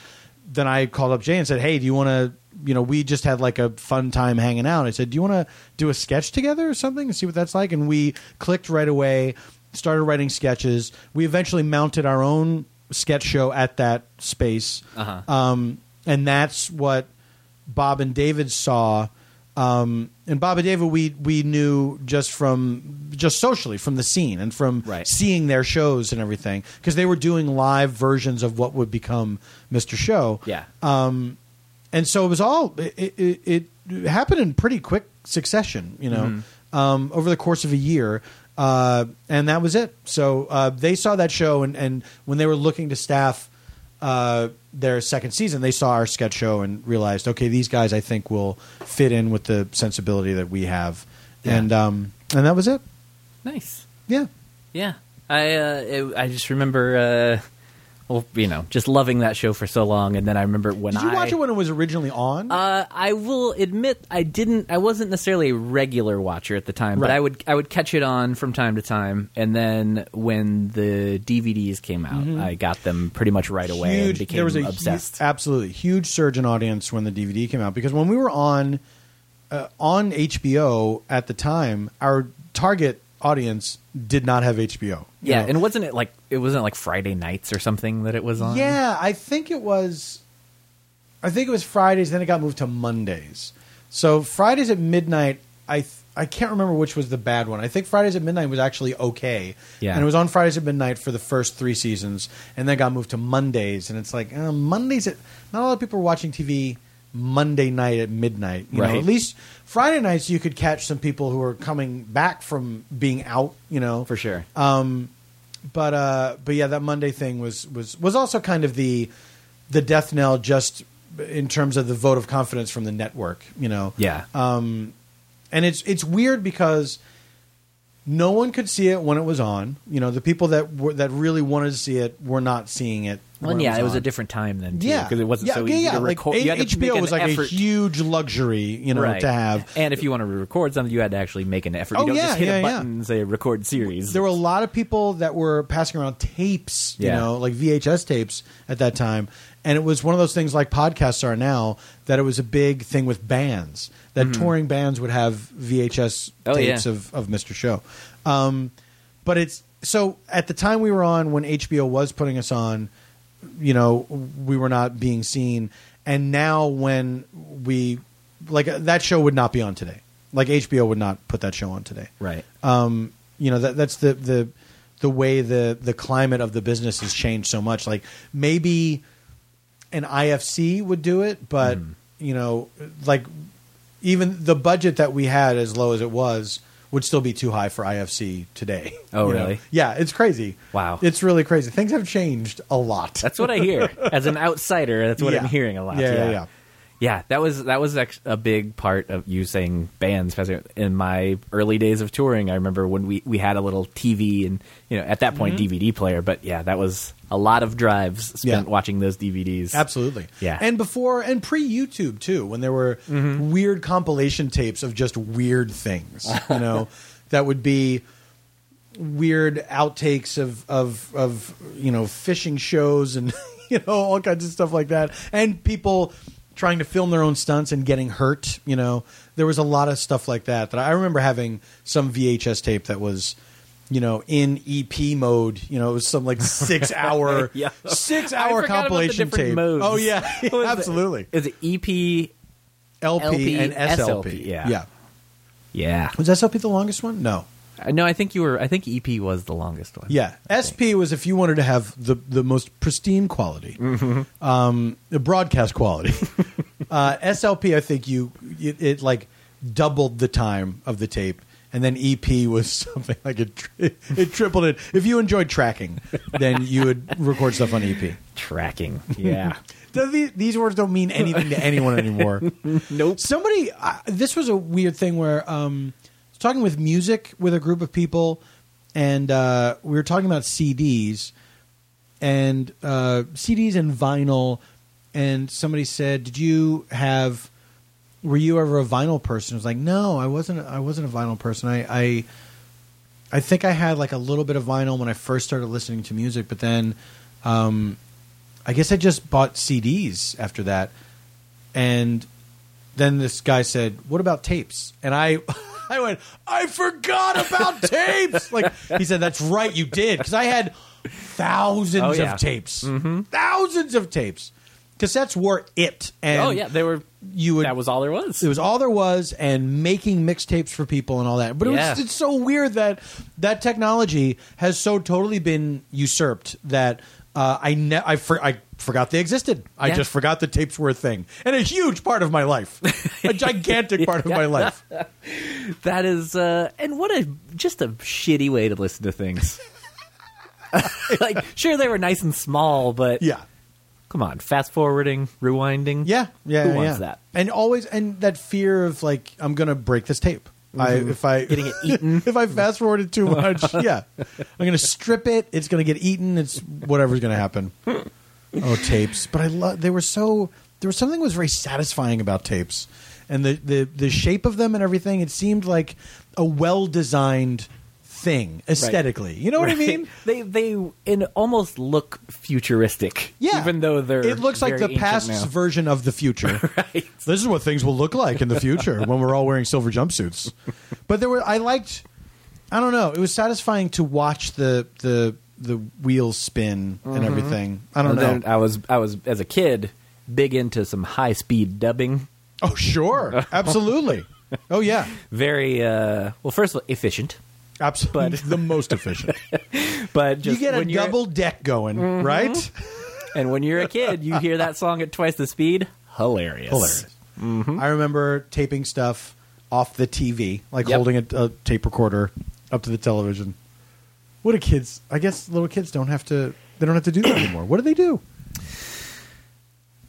[SPEAKER 5] then I called up Jay and said, "Hey, do you want to? You know, we just had like a fun time hanging out." I said, "Do you want to do a sketch together or something and see what that's like?" And we clicked right away, started writing sketches. We eventually mounted our own sketch show at that space,
[SPEAKER 4] Uh-huh.
[SPEAKER 5] um, and that's what Bob and David saw. Um, and Bob and David, we we knew just from just socially from the scene and from
[SPEAKER 4] Right.
[SPEAKER 5] seeing their shows and everything because they were doing live versions of what would become Mr. Show.
[SPEAKER 4] Yeah.
[SPEAKER 5] Uh, And so it was all it it, it happened in pretty quick succession, you know,
[SPEAKER 4] Mm-hmm.
[SPEAKER 5] um, over the course of a year. Uh, and that was it. So uh, they saw that show, and, and when they were looking to staff uh, their second season, they saw our sketch show and realized, okay, these guys I think will fit in with the sensibility that we have,
[SPEAKER 4] Yeah.
[SPEAKER 5] and um, and that was it.
[SPEAKER 4] nice.
[SPEAKER 5] Yeah,
[SPEAKER 4] Yeah, I uh, it, I just remember, uh, well, you know, just loving that show for so long, and then I remember when
[SPEAKER 5] did you
[SPEAKER 4] I
[SPEAKER 5] watch it when it was originally on?
[SPEAKER 4] Uh, I will admit I didn't. I wasn't necessarily a regular watcher at the time, but
[SPEAKER 5] Right.
[SPEAKER 4] I would I would catch it on from time to time, and then when the DVDs came out,
[SPEAKER 5] Mm-hmm.
[SPEAKER 4] I got them pretty much right away and became
[SPEAKER 5] hu-
[SPEAKER 4] obsessed.
[SPEAKER 5] absolutely huge surge in audience when the DVD came out because when we were on uh, on HBO at the time, our target audience did not have HBO. you
[SPEAKER 4] yeah,
[SPEAKER 5] know.
[SPEAKER 4] and wasn't it like it wasn't like Friday nights or something that it was on?
[SPEAKER 5] yeah, I think it was. I think it was Fridays. Then it got moved to Mondays. So Fridays at midnight. I th- I can't remember which was the bad one. I think Fridays at midnight was actually okay.
[SPEAKER 4] Yeah.
[SPEAKER 5] And it was on Fridays at midnight for the first three seasons, and then got moved to Mondays. And it's like uh, Mondays. At, not a lot of people are watching TV Monday night at midnight. You
[SPEAKER 4] Right.
[SPEAKER 5] know, at least Friday nights you could catch some people who are coming back from being out. You know,
[SPEAKER 4] for sure.
[SPEAKER 5] Um, but uh but yeah that monday thing was was was also kind of the the death knell just in terms of the vote of confidence from the network you know
[SPEAKER 4] yeah,
[SPEAKER 5] um, and it's it's weird because no one could see it when it was on you know the people that were that really wanted to see it were not seeing it
[SPEAKER 4] well,
[SPEAKER 5] when
[SPEAKER 4] yeah, it was
[SPEAKER 5] on.
[SPEAKER 4] a different time then, too,
[SPEAKER 5] yeah
[SPEAKER 4] because it wasn't
[SPEAKER 5] yeah,
[SPEAKER 4] so
[SPEAKER 5] yeah,
[SPEAKER 4] easy
[SPEAKER 5] yeah.
[SPEAKER 4] to record.
[SPEAKER 5] like,
[SPEAKER 4] you had to
[SPEAKER 5] HBO
[SPEAKER 4] make an
[SPEAKER 5] was like
[SPEAKER 4] effort
[SPEAKER 5] a huge luxury you know
[SPEAKER 4] right.
[SPEAKER 5] to have
[SPEAKER 4] and if you want to re-record something, you had to actually make an effort.
[SPEAKER 5] Oh,
[SPEAKER 4] you don't
[SPEAKER 5] yeah,
[SPEAKER 4] just hit
[SPEAKER 5] yeah,
[SPEAKER 4] a
[SPEAKER 5] yeah.
[SPEAKER 4] button and say record series.
[SPEAKER 5] there were a lot of people that were passing around tapes, you
[SPEAKER 4] Yeah.
[SPEAKER 5] know, like VHS tapes at that time. And it was one of those things like podcasts are now that it was a big thing with bands, that touring bands would have VHS
[SPEAKER 4] Mm-hmm. Oh,
[SPEAKER 5] tapes
[SPEAKER 4] yeah.
[SPEAKER 5] of, of Mr. Show. Um, but it's so at the time we were on when HBO was putting us on, you know, we were not being seen. And now when we like uh, that show would not be on today. Like HBO would not put that show on today
[SPEAKER 4] right.
[SPEAKER 5] um, you know that that's the the the way the the climate of the business has changed so much. Like maybe an IFC would do it, but
[SPEAKER 4] Hmm.
[SPEAKER 5] you know, like even the budget that we had, as low as it was, would still be too high for IFC today.
[SPEAKER 4] Oh,
[SPEAKER 5] You know?
[SPEAKER 4] really?
[SPEAKER 5] Yeah, it's crazy.
[SPEAKER 4] Wow.
[SPEAKER 5] it's really crazy. Things have changed a lot.
[SPEAKER 4] That's what I
[SPEAKER 5] [LAUGHS]
[SPEAKER 4] hear as an outsider. That's what
[SPEAKER 5] Yeah.
[SPEAKER 4] I'm hearing a lot.
[SPEAKER 5] Yeah,
[SPEAKER 4] Yeah,
[SPEAKER 5] yeah,
[SPEAKER 4] yeah,
[SPEAKER 5] yeah.
[SPEAKER 4] Yeah, that was that was act- a big part of you saying bands. because In my early days of touring, I remember when we we had a little TV and you know at that point DVD player. But yeah, that was a lot of drives spent
[SPEAKER 5] Mm-hmm. Yeah.
[SPEAKER 4] watching those DVDs.
[SPEAKER 5] Absolutely.
[SPEAKER 4] Yeah. Mm-hmm.
[SPEAKER 5] And before and pre YouTube too, when there were weird compilation tapes of just weird things,
[SPEAKER 4] [LAUGHS]
[SPEAKER 5] you know, that would be weird outtakes of of of you know fishing shows and [LAUGHS] you know all kinds of stuff like that and people trying to film their own stunts and getting hurt you know there was a lot of stuff like that that i remember having some vhs tape that was you know in ep mode you know it was some
[SPEAKER 4] [LAUGHS]
[SPEAKER 5] like six hour
[SPEAKER 4] Yeah.
[SPEAKER 5] six
[SPEAKER 4] I
[SPEAKER 5] hour
[SPEAKER 4] forgot about the
[SPEAKER 5] compilation
[SPEAKER 4] different
[SPEAKER 5] tape
[SPEAKER 4] modes.
[SPEAKER 5] oh yeah
[SPEAKER 4] [LAUGHS] What was [LAUGHS] E it?
[SPEAKER 5] [LAUGHS] absolutely
[SPEAKER 4] Is it EP?
[SPEAKER 5] lp,
[SPEAKER 4] LP,
[SPEAKER 5] and slp
[SPEAKER 4] SLP, yeah.
[SPEAKER 5] yeah
[SPEAKER 4] Yeah.
[SPEAKER 5] was slp the longest one no
[SPEAKER 4] Uh, No, I think you were. I think EP was the longest one.
[SPEAKER 5] Yeah, SP was if you wanted to have the the most pristine quality, um, the broadcast quality. uh, SLP, I think you it, it like doubled the time of the tape, and then EP was [LAUGHS] something like it tri- it tripled it. If you enjoyed tracking, then you would record stuff on E EP. [LAUGHS]
[SPEAKER 4] Tracking. Yeah.
[SPEAKER 5] Th- the- These words don't mean anything to anyone anymore. nope. Somebody, I this was a weird thing where um, I was talking with music with a group of people, and uh, we were talking about CDs and uh, CDs and vinyl. And somebody said, "Did you have? Were you ever a vinyl person?" I was like, "No, I wasn't. I wasn't a vinyl person. I." I I think I had like a little bit of vinyl when I first started listening to music, but then um, I guess I just bought CDs after that. And then this guy said, "What about tapes?" And I [LAUGHS] I went, "I forgot about [LAUGHS] tapes." Like he said, "That's right, you did." Cuz I had thousands
[SPEAKER 4] Oh, yeah.
[SPEAKER 5] of tapes. Thousands of tapes. Cassettes were it and
[SPEAKER 4] oh yeah, they were.
[SPEAKER 5] you would
[SPEAKER 4] that was all there was.
[SPEAKER 5] it was all there was, and making mixtapes for people and all that. But it
[SPEAKER 4] Yeah.
[SPEAKER 5] was, it's so weird that that technology has so totally been usurped that uh, I ne- I, for- I forgot they existed. I
[SPEAKER 4] Yeah.
[SPEAKER 5] just forgot the tapes were a thing, and a huge part of my life,
[SPEAKER 4] [LAUGHS]
[SPEAKER 5] a gigantic part of my life.
[SPEAKER 4] That is, uh, and what a just a shitty way to listen to
[SPEAKER 5] [LAUGHS]
[SPEAKER 4] things. like, sure, they were nice and small, but
[SPEAKER 5] Yeah,
[SPEAKER 4] come on, fast forwarding, rewinding.
[SPEAKER 5] yeah, yeah.
[SPEAKER 4] Who
[SPEAKER 5] yeah.
[SPEAKER 4] wants that?
[SPEAKER 5] And always, and that fear of like I'm gonna break this tape. I, if I
[SPEAKER 4] Mm-hmm. Getting it eaten.
[SPEAKER 5] [LAUGHS] if I fast
[SPEAKER 4] [LAUGHS]
[SPEAKER 5] forward it too much, yeah, I'm gonna strip it. It's gonna get eaten. It's whatever's gonna happen. Oh, tapes! But I love. They were so. There was something that was very satisfying about tapes, and the the the shape of them and everything. It seemed like a well designed thing aesthetically. You know what I mean?
[SPEAKER 4] [LAUGHS] They they in almost look futuristic.
[SPEAKER 5] Yeah,
[SPEAKER 4] even though they're
[SPEAKER 5] it looks like
[SPEAKER 4] very
[SPEAKER 5] the
[SPEAKER 4] ancient
[SPEAKER 5] past
[SPEAKER 4] now.
[SPEAKER 5] version of the future.
[SPEAKER 4] [LAUGHS] Right.
[SPEAKER 5] This is what things will look like in the future when we're all wearing silver jumpsuits. But there were I liked I don't know, it was satisfying to watch the the the wheels spin and everything. I don't
[SPEAKER 4] Mm-hmm. And
[SPEAKER 5] know.
[SPEAKER 4] then I was I was as a kid big into some high speed dubbing.
[SPEAKER 5] oh sure. Absolutely. Oh yeah.
[SPEAKER 4] Very uh, well. First of all, efficient,
[SPEAKER 5] Absolutely. the most efficient.
[SPEAKER 4] but [LAUGHS]
[SPEAKER 5] You
[SPEAKER 4] just
[SPEAKER 5] get a
[SPEAKER 4] when you're- Mm-hmm.
[SPEAKER 5] double deck going, right?
[SPEAKER 4] And when you're a kid, you hear that song at twice the speed. Hilarious.
[SPEAKER 5] Hilarious.
[SPEAKER 4] Mm-hmm.
[SPEAKER 5] I remember taping stuff off the TV, like
[SPEAKER 4] Yep.
[SPEAKER 5] holding a, a tape recorder up to the television. What do kids? I guess little kids don't have to. They don't have to do that [COUGHS] anymore. What do they do?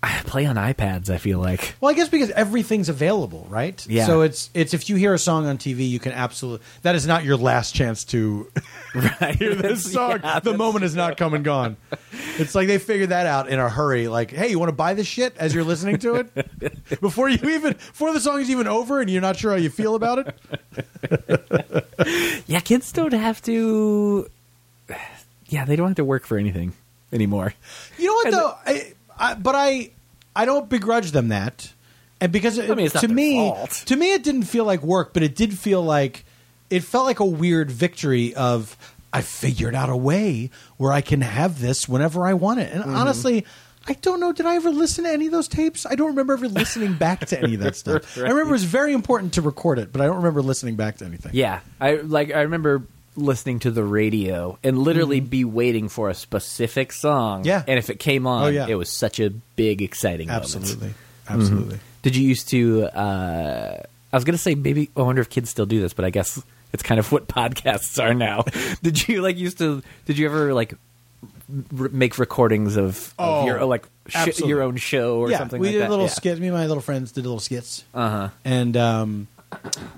[SPEAKER 4] I play on iPads. I feel like [LAUGHS]
[SPEAKER 5] Well, I guess because everything's available, right?
[SPEAKER 4] Yeah.
[SPEAKER 5] So it's it's if you hear a song on TV, you can absolutely. That is not your last chance
[SPEAKER 4] [LAUGHS]
[SPEAKER 5] to hear this song. the moment is not come and gone. It's like they figured that out in a hurry. Like, hey, you want to buy this shit as you're listening
[SPEAKER 4] [LAUGHS]
[SPEAKER 5] to it before you even before the song is even over and you're not sure how you feel about it.
[SPEAKER 4] yeah, kids don't have to. Yeah, they don't have to work for anything anymore.
[SPEAKER 5] You know what
[SPEAKER 4] And
[SPEAKER 5] though? I, I, but I I don't begrudge them that, and because it,
[SPEAKER 4] I mean, it's not
[SPEAKER 5] to
[SPEAKER 4] their
[SPEAKER 5] me
[SPEAKER 4] fault.
[SPEAKER 5] to me it didn't feel like work, but it did feel like it felt like a weird victory of I figured out a way where I can have this whenever I want it, and
[SPEAKER 4] Mm-hmm.
[SPEAKER 5] honestly. I don't know. Did I ever listen to any of those tapes? I don't remember ever listening back to any
[SPEAKER 4] [LAUGHS]
[SPEAKER 5] of that stuff. I remember it was very important to record it, but I don't remember listening back to anything.
[SPEAKER 4] Yeah, I like. I remember listening to the radio and literally be waiting for a specific song.
[SPEAKER 5] Mm-hmm. Yeah.
[SPEAKER 4] and if it came on,
[SPEAKER 5] Oh, yeah.
[SPEAKER 4] it was such a big, exciting. moment.
[SPEAKER 5] absolutely,
[SPEAKER 4] Mm-hmm.
[SPEAKER 5] absolutely.
[SPEAKER 4] Did you used to? Uh, I was gonna say maybe. I wonder if kids still do this, but I guess it's kind of what [LAUGHS] podcasts are
[SPEAKER 5] [LAUGHS]
[SPEAKER 4] now. did you like used to? Did you ever like r- make recordings of, of
[SPEAKER 5] Oh,
[SPEAKER 4] your like sh-
[SPEAKER 5] absolutely.
[SPEAKER 4] your own show or something?
[SPEAKER 5] We
[SPEAKER 4] like
[SPEAKER 5] did
[SPEAKER 4] that?
[SPEAKER 5] little
[SPEAKER 4] Yeah. Uh-huh.
[SPEAKER 5] skits. Me and my little friends did little skits. Uh huh. And um,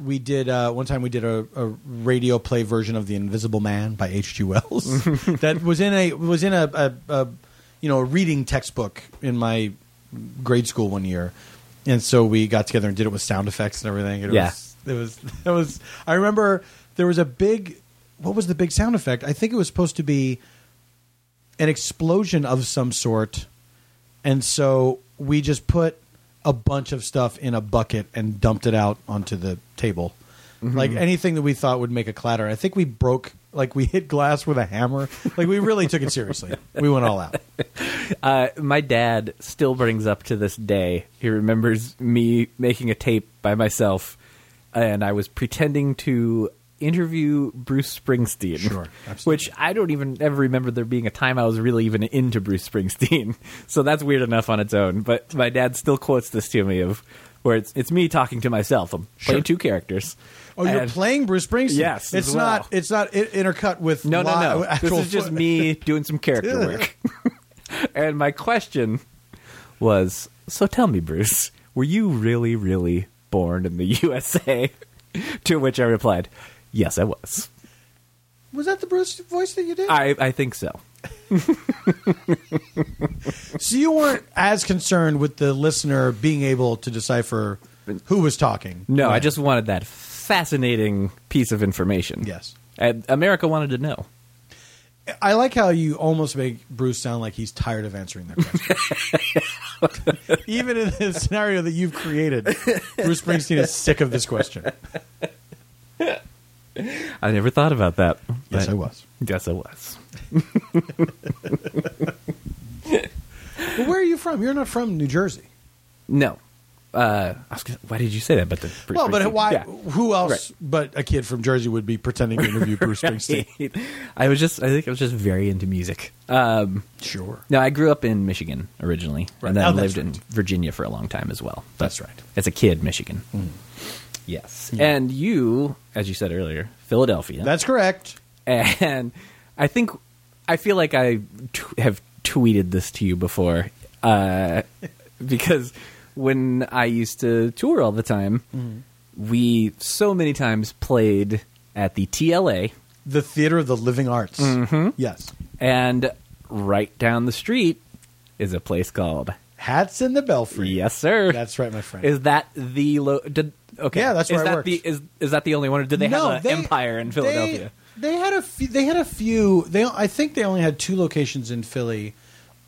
[SPEAKER 5] we did uh, one time we did a, a radio play version of the Invisible Man by
[SPEAKER 4] [LAUGHS]
[SPEAKER 5] H.G. Wells that was in a was in a, a, a you know a reading textbook in my grade school one year, and so we got together and did it with sound effects and everything. It
[SPEAKER 4] Yeah.
[SPEAKER 5] was it was [LAUGHS] it was. I remember there was a big what was the big sound effect? I think it was supposed to be an explosion of some sort. And so we just put a bunch of stuff in a bucket and dumped it out onto the table.
[SPEAKER 4] Mm-hmm.
[SPEAKER 5] Like anything that we thought would make a clatter. I think we broke, like we hit glass with a hammer. Like we really took it seriously. We went all out.
[SPEAKER 4] Uh, my dad still brings up to this day. He remembers me making a tape by myself, and I was pretending to interview Bruce Springsteen. [LAUGHS]
[SPEAKER 5] Sure, absolutely.
[SPEAKER 4] Which I don't even ever remember there being a time I was really even into Bruce Springsteen. [LAUGHS] So that's weird enough on its own. But my dad still quotes this to me of where it's it's me talking to myself. I'm playing two characters.
[SPEAKER 5] Oh, you're
[SPEAKER 4] And-
[SPEAKER 5] playing Bruce Springsteen?
[SPEAKER 4] Yes,
[SPEAKER 5] It's
[SPEAKER 4] as well.
[SPEAKER 5] not. It's not i- intercut with
[SPEAKER 4] No, no,
[SPEAKER 5] li-
[SPEAKER 4] no. This
[SPEAKER 5] actual
[SPEAKER 4] is just
[SPEAKER 5] fo-
[SPEAKER 4] me doing some character work. [LAUGHS] and my question was so tell me, Bruce, were you really, really born in the [LAUGHS] USA? to which I replied, yes, I was.
[SPEAKER 5] Was that the Bruce voice that you did?
[SPEAKER 4] I, I think so.
[SPEAKER 5] So you weren't as concerned with the listener being able to decipher who was talking.
[SPEAKER 4] No, I
[SPEAKER 5] Right.
[SPEAKER 4] just wanted that fascinating piece of information.
[SPEAKER 5] Yes.
[SPEAKER 4] And America wanted to know.
[SPEAKER 5] I like how you almost make Bruce sound like he's tired of answering that question.
[SPEAKER 4] [LAUGHS]
[SPEAKER 5] Even in the scenario that you've created, Bruce Springsteen is sick of this question.
[SPEAKER 4] I never thought about that.
[SPEAKER 5] Yes,
[SPEAKER 4] but-
[SPEAKER 5] I was.
[SPEAKER 4] Yes, I was.
[SPEAKER 5] But where are you from? You're not from New Jersey.
[SPEAKER 4] No. Uh, I was gonna, why did you say that? But the Bruce
[SPEAKER 5] Well, but
[SPEAKER 4] Springsteen-
[SPEAKER 5] why?
[SPEAKER 4] Yeah.
[SPEAKER 5] Who else but a kid from Jersey would be pretending
[SPEAKER 4] [LAUGHS]
[SPEAKER 5] to interview Bruce Springsteen?
[SPEAKER 4] I was just I think I was just very into music. Um,
[SPEAKER 5] Sure.
[SPEAKER 4] no, I grew up in Michigan originally,
[SPEAKER 5] Right.
[SPEAKER 4] and then
[SPEAKER 5] Oh, that's
[SPEAKER 4] lived in
[SPEAKER 5] right.
[SPEAKER 4] Virginia for a long time as well. But
[SPEAKER 5] That's right. Hmm.
[SPEAKER 4] As a kid, Michigan. Yes, and you, as you said earlier, Philadelphia.
[SPEAKER 5] That's correct.
[SPEAKER 4] and I think I feel like I t- have tweeted this to you before, uh, [LAUGHS] because when I used to tour all the time,
[SPEAKER 5] Hmm.
[SPEAKER 4] we so many times played at the TLA.
[SPEAKER 5] The theater of the living arts.
[SPEAKER 4] Mm-hmm.
[SPEAKER 5] Yes.
[SPEAKER 4] And right down the street is a place called
[SPEAKER 5] Hats in the belfry.
[SPEAKER 4] Yes, sir.
[SPEAKER 5] That's right, my friend.
[SPEAKER 4] Is that the lo- did, okay?
[SPEAKER 5] Yeah, that's
[SPEAKER 4] is
[SPEAKER 5] where I
[SPEAKER 4] that
[SPEAKER 5] worked.
[SPEAKER 4] the is is that the only one? Or did they have an empire in Philadelphia?
[SPEAKER 5] They, they had a few, they had a few. They I think they only had two locations in Philly,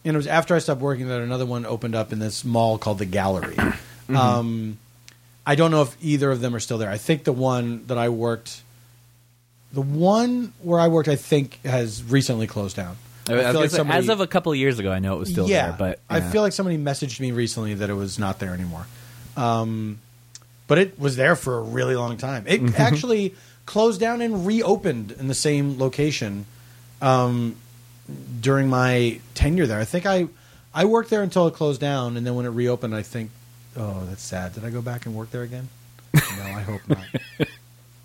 [SPEAKER 5] and it was after I stopped working that another one opened up in this mall called the Gallery.
[SPEAKER 4] Mm-hmm.
[SPEAKER 5] um, I don't know if either of them are still there. I think the one that I worked, the one where I worked, I think has recently closed down.
[SPEAKER 4] I was
[SPEAKER 5] feel
[SPEAKER 4] gonna
[SPEAKER 5] like
[SPEAKER 4] say,
[SPEAKER 5] somebody-
[SPEAKER 4] as of a couple of years ago, I know it was still there, but
[SPEAKER 5] I
[SPEAKER 4] yeah.
[SPEAKER 5] feel like somebody messaged me recently that it was not there anymore. Um, but it was there for a really long time. It
[SPEAKER 4] Mm-hmm.
[SPEAKER 5] actually closed down and reopened in the same location um, during my tenure there. I think I I worked there until it closed down, and then when it reopened, I think, oh, that's sad. Did I go back and work there again? No, I hope not.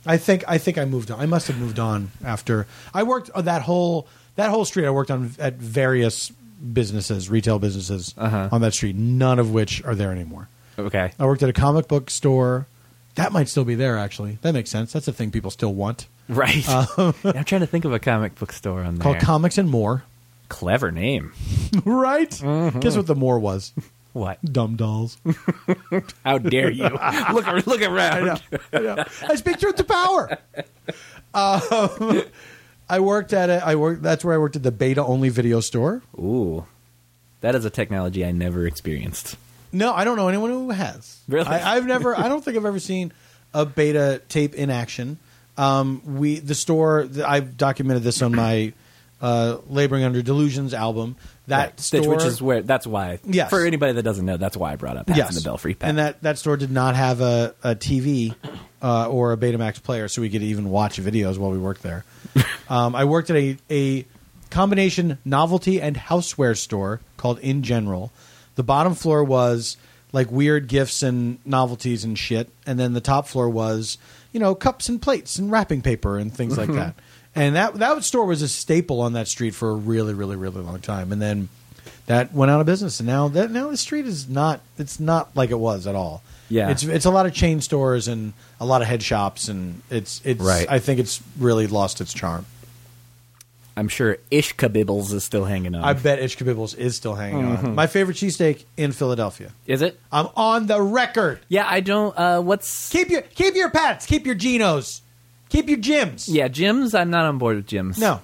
[SPEAKER 5] I think I think I moved on. I must have moved on after I worked on that whole that whole street. I worked on at various businesses, retail businesses
[SPEAKER 4] Uh-huh.
[SPEAKER 5] on that street, none of which are there anymore. [LAUGHS]
[SPEAKER 4] okay.
[SPEAKER 5] I worked at a comic book store. That might still be there, actually. That makes sense. That's a thing people still want.
[SPEAKER 4] Right. [LAUGHS] I'm trying to think of a comic book store on
[SPEAKER 5] Called
[SPEAKER 4] there.
[SPEAKER 5] Comics and More. [LAUGHS]
[SPEAKER 4] Clever name.
[SPEAKER 5] right? Guess what the more was?
[SPEAKER 4] What?
[SPEAKER 5] Dumb dolls.
[SPEAKER 4] How
[SPEAKER 5] [LAUGHS]
[SPEAKER 4] dare you? look look around.
[SPEAKER 5] I, know. I speak truth to power. Um, I worked at a, I worked. That's where I worked at the beta only video store.
[SPEAKER 4] Ooh, that is a technology I never experienced.
[SPEAKER 5] No, I don't know anyone who has.
[SPEAKER 4] Really?
[SPEAKER 5] I, I've never. I don't think I've ever seen a beta tape in action. Um, we the store. th- I've documented this on my uh, "Laboring Under Delusions" album. That
[SPEAKER 4] Right.
[SPEAKER 5] store,
[SPEAKER 4] which is where that's why.
[SPEAKER 5] Yes.
[SPEAKER 4] For anybody that doesn't know, that's why I brought up Hats in the Belfry. Pat.
[SPEAKER 5] And that, that store did not have a, a TV uh, or a Betamax player, so we could even watch videos while we
[SPEAKER 4] [LAUGHS]
[SPEAKER 5] worked there. um, I worked at a, a combination novelty and houseware store called In General. The bottom floor was like weird gifts and novelties and shit, and then the top floor was you know cups and plates and wrapping paper and things
[SPEAKER 4] Mm-hmm.
[SPEAKER 5] like that. And that that store was a staple on that street for a really, really, really long time. And then that went out of business, and now that now the street is not it's not like it was at all.
[SPEAKER 4] Yeah.
[SPEAKER 5] it's it's a lot of chain stores and a lot of head shops, and it's it's.
[SPEAKER 4] Right.
[SPEAKER 5] I think it's really lost its charm.
[SPEAKER 4] I'm sure Ishka Bibbles is still hanging on.
[SPEAKER 5] I bet Ishka Bibbles is still hanging
[SPEAKER 4] Mm-hmm.
[SPEAKER 5] on. My favorite cheesesteak in Philadelphia.
[SPEAKER 4] is it?
[SPEAKER 5] I'm on the record.
[SPEAKER 4] Yeah, I don't. Uh, what's
[SPEAKER 5] Keep your keep your pats. Keep your Genos. Keep your Jims.
[SPEAKER 4] yeah, Jim's? I'm not on board with Jim's.
[SPEAKER 5] No,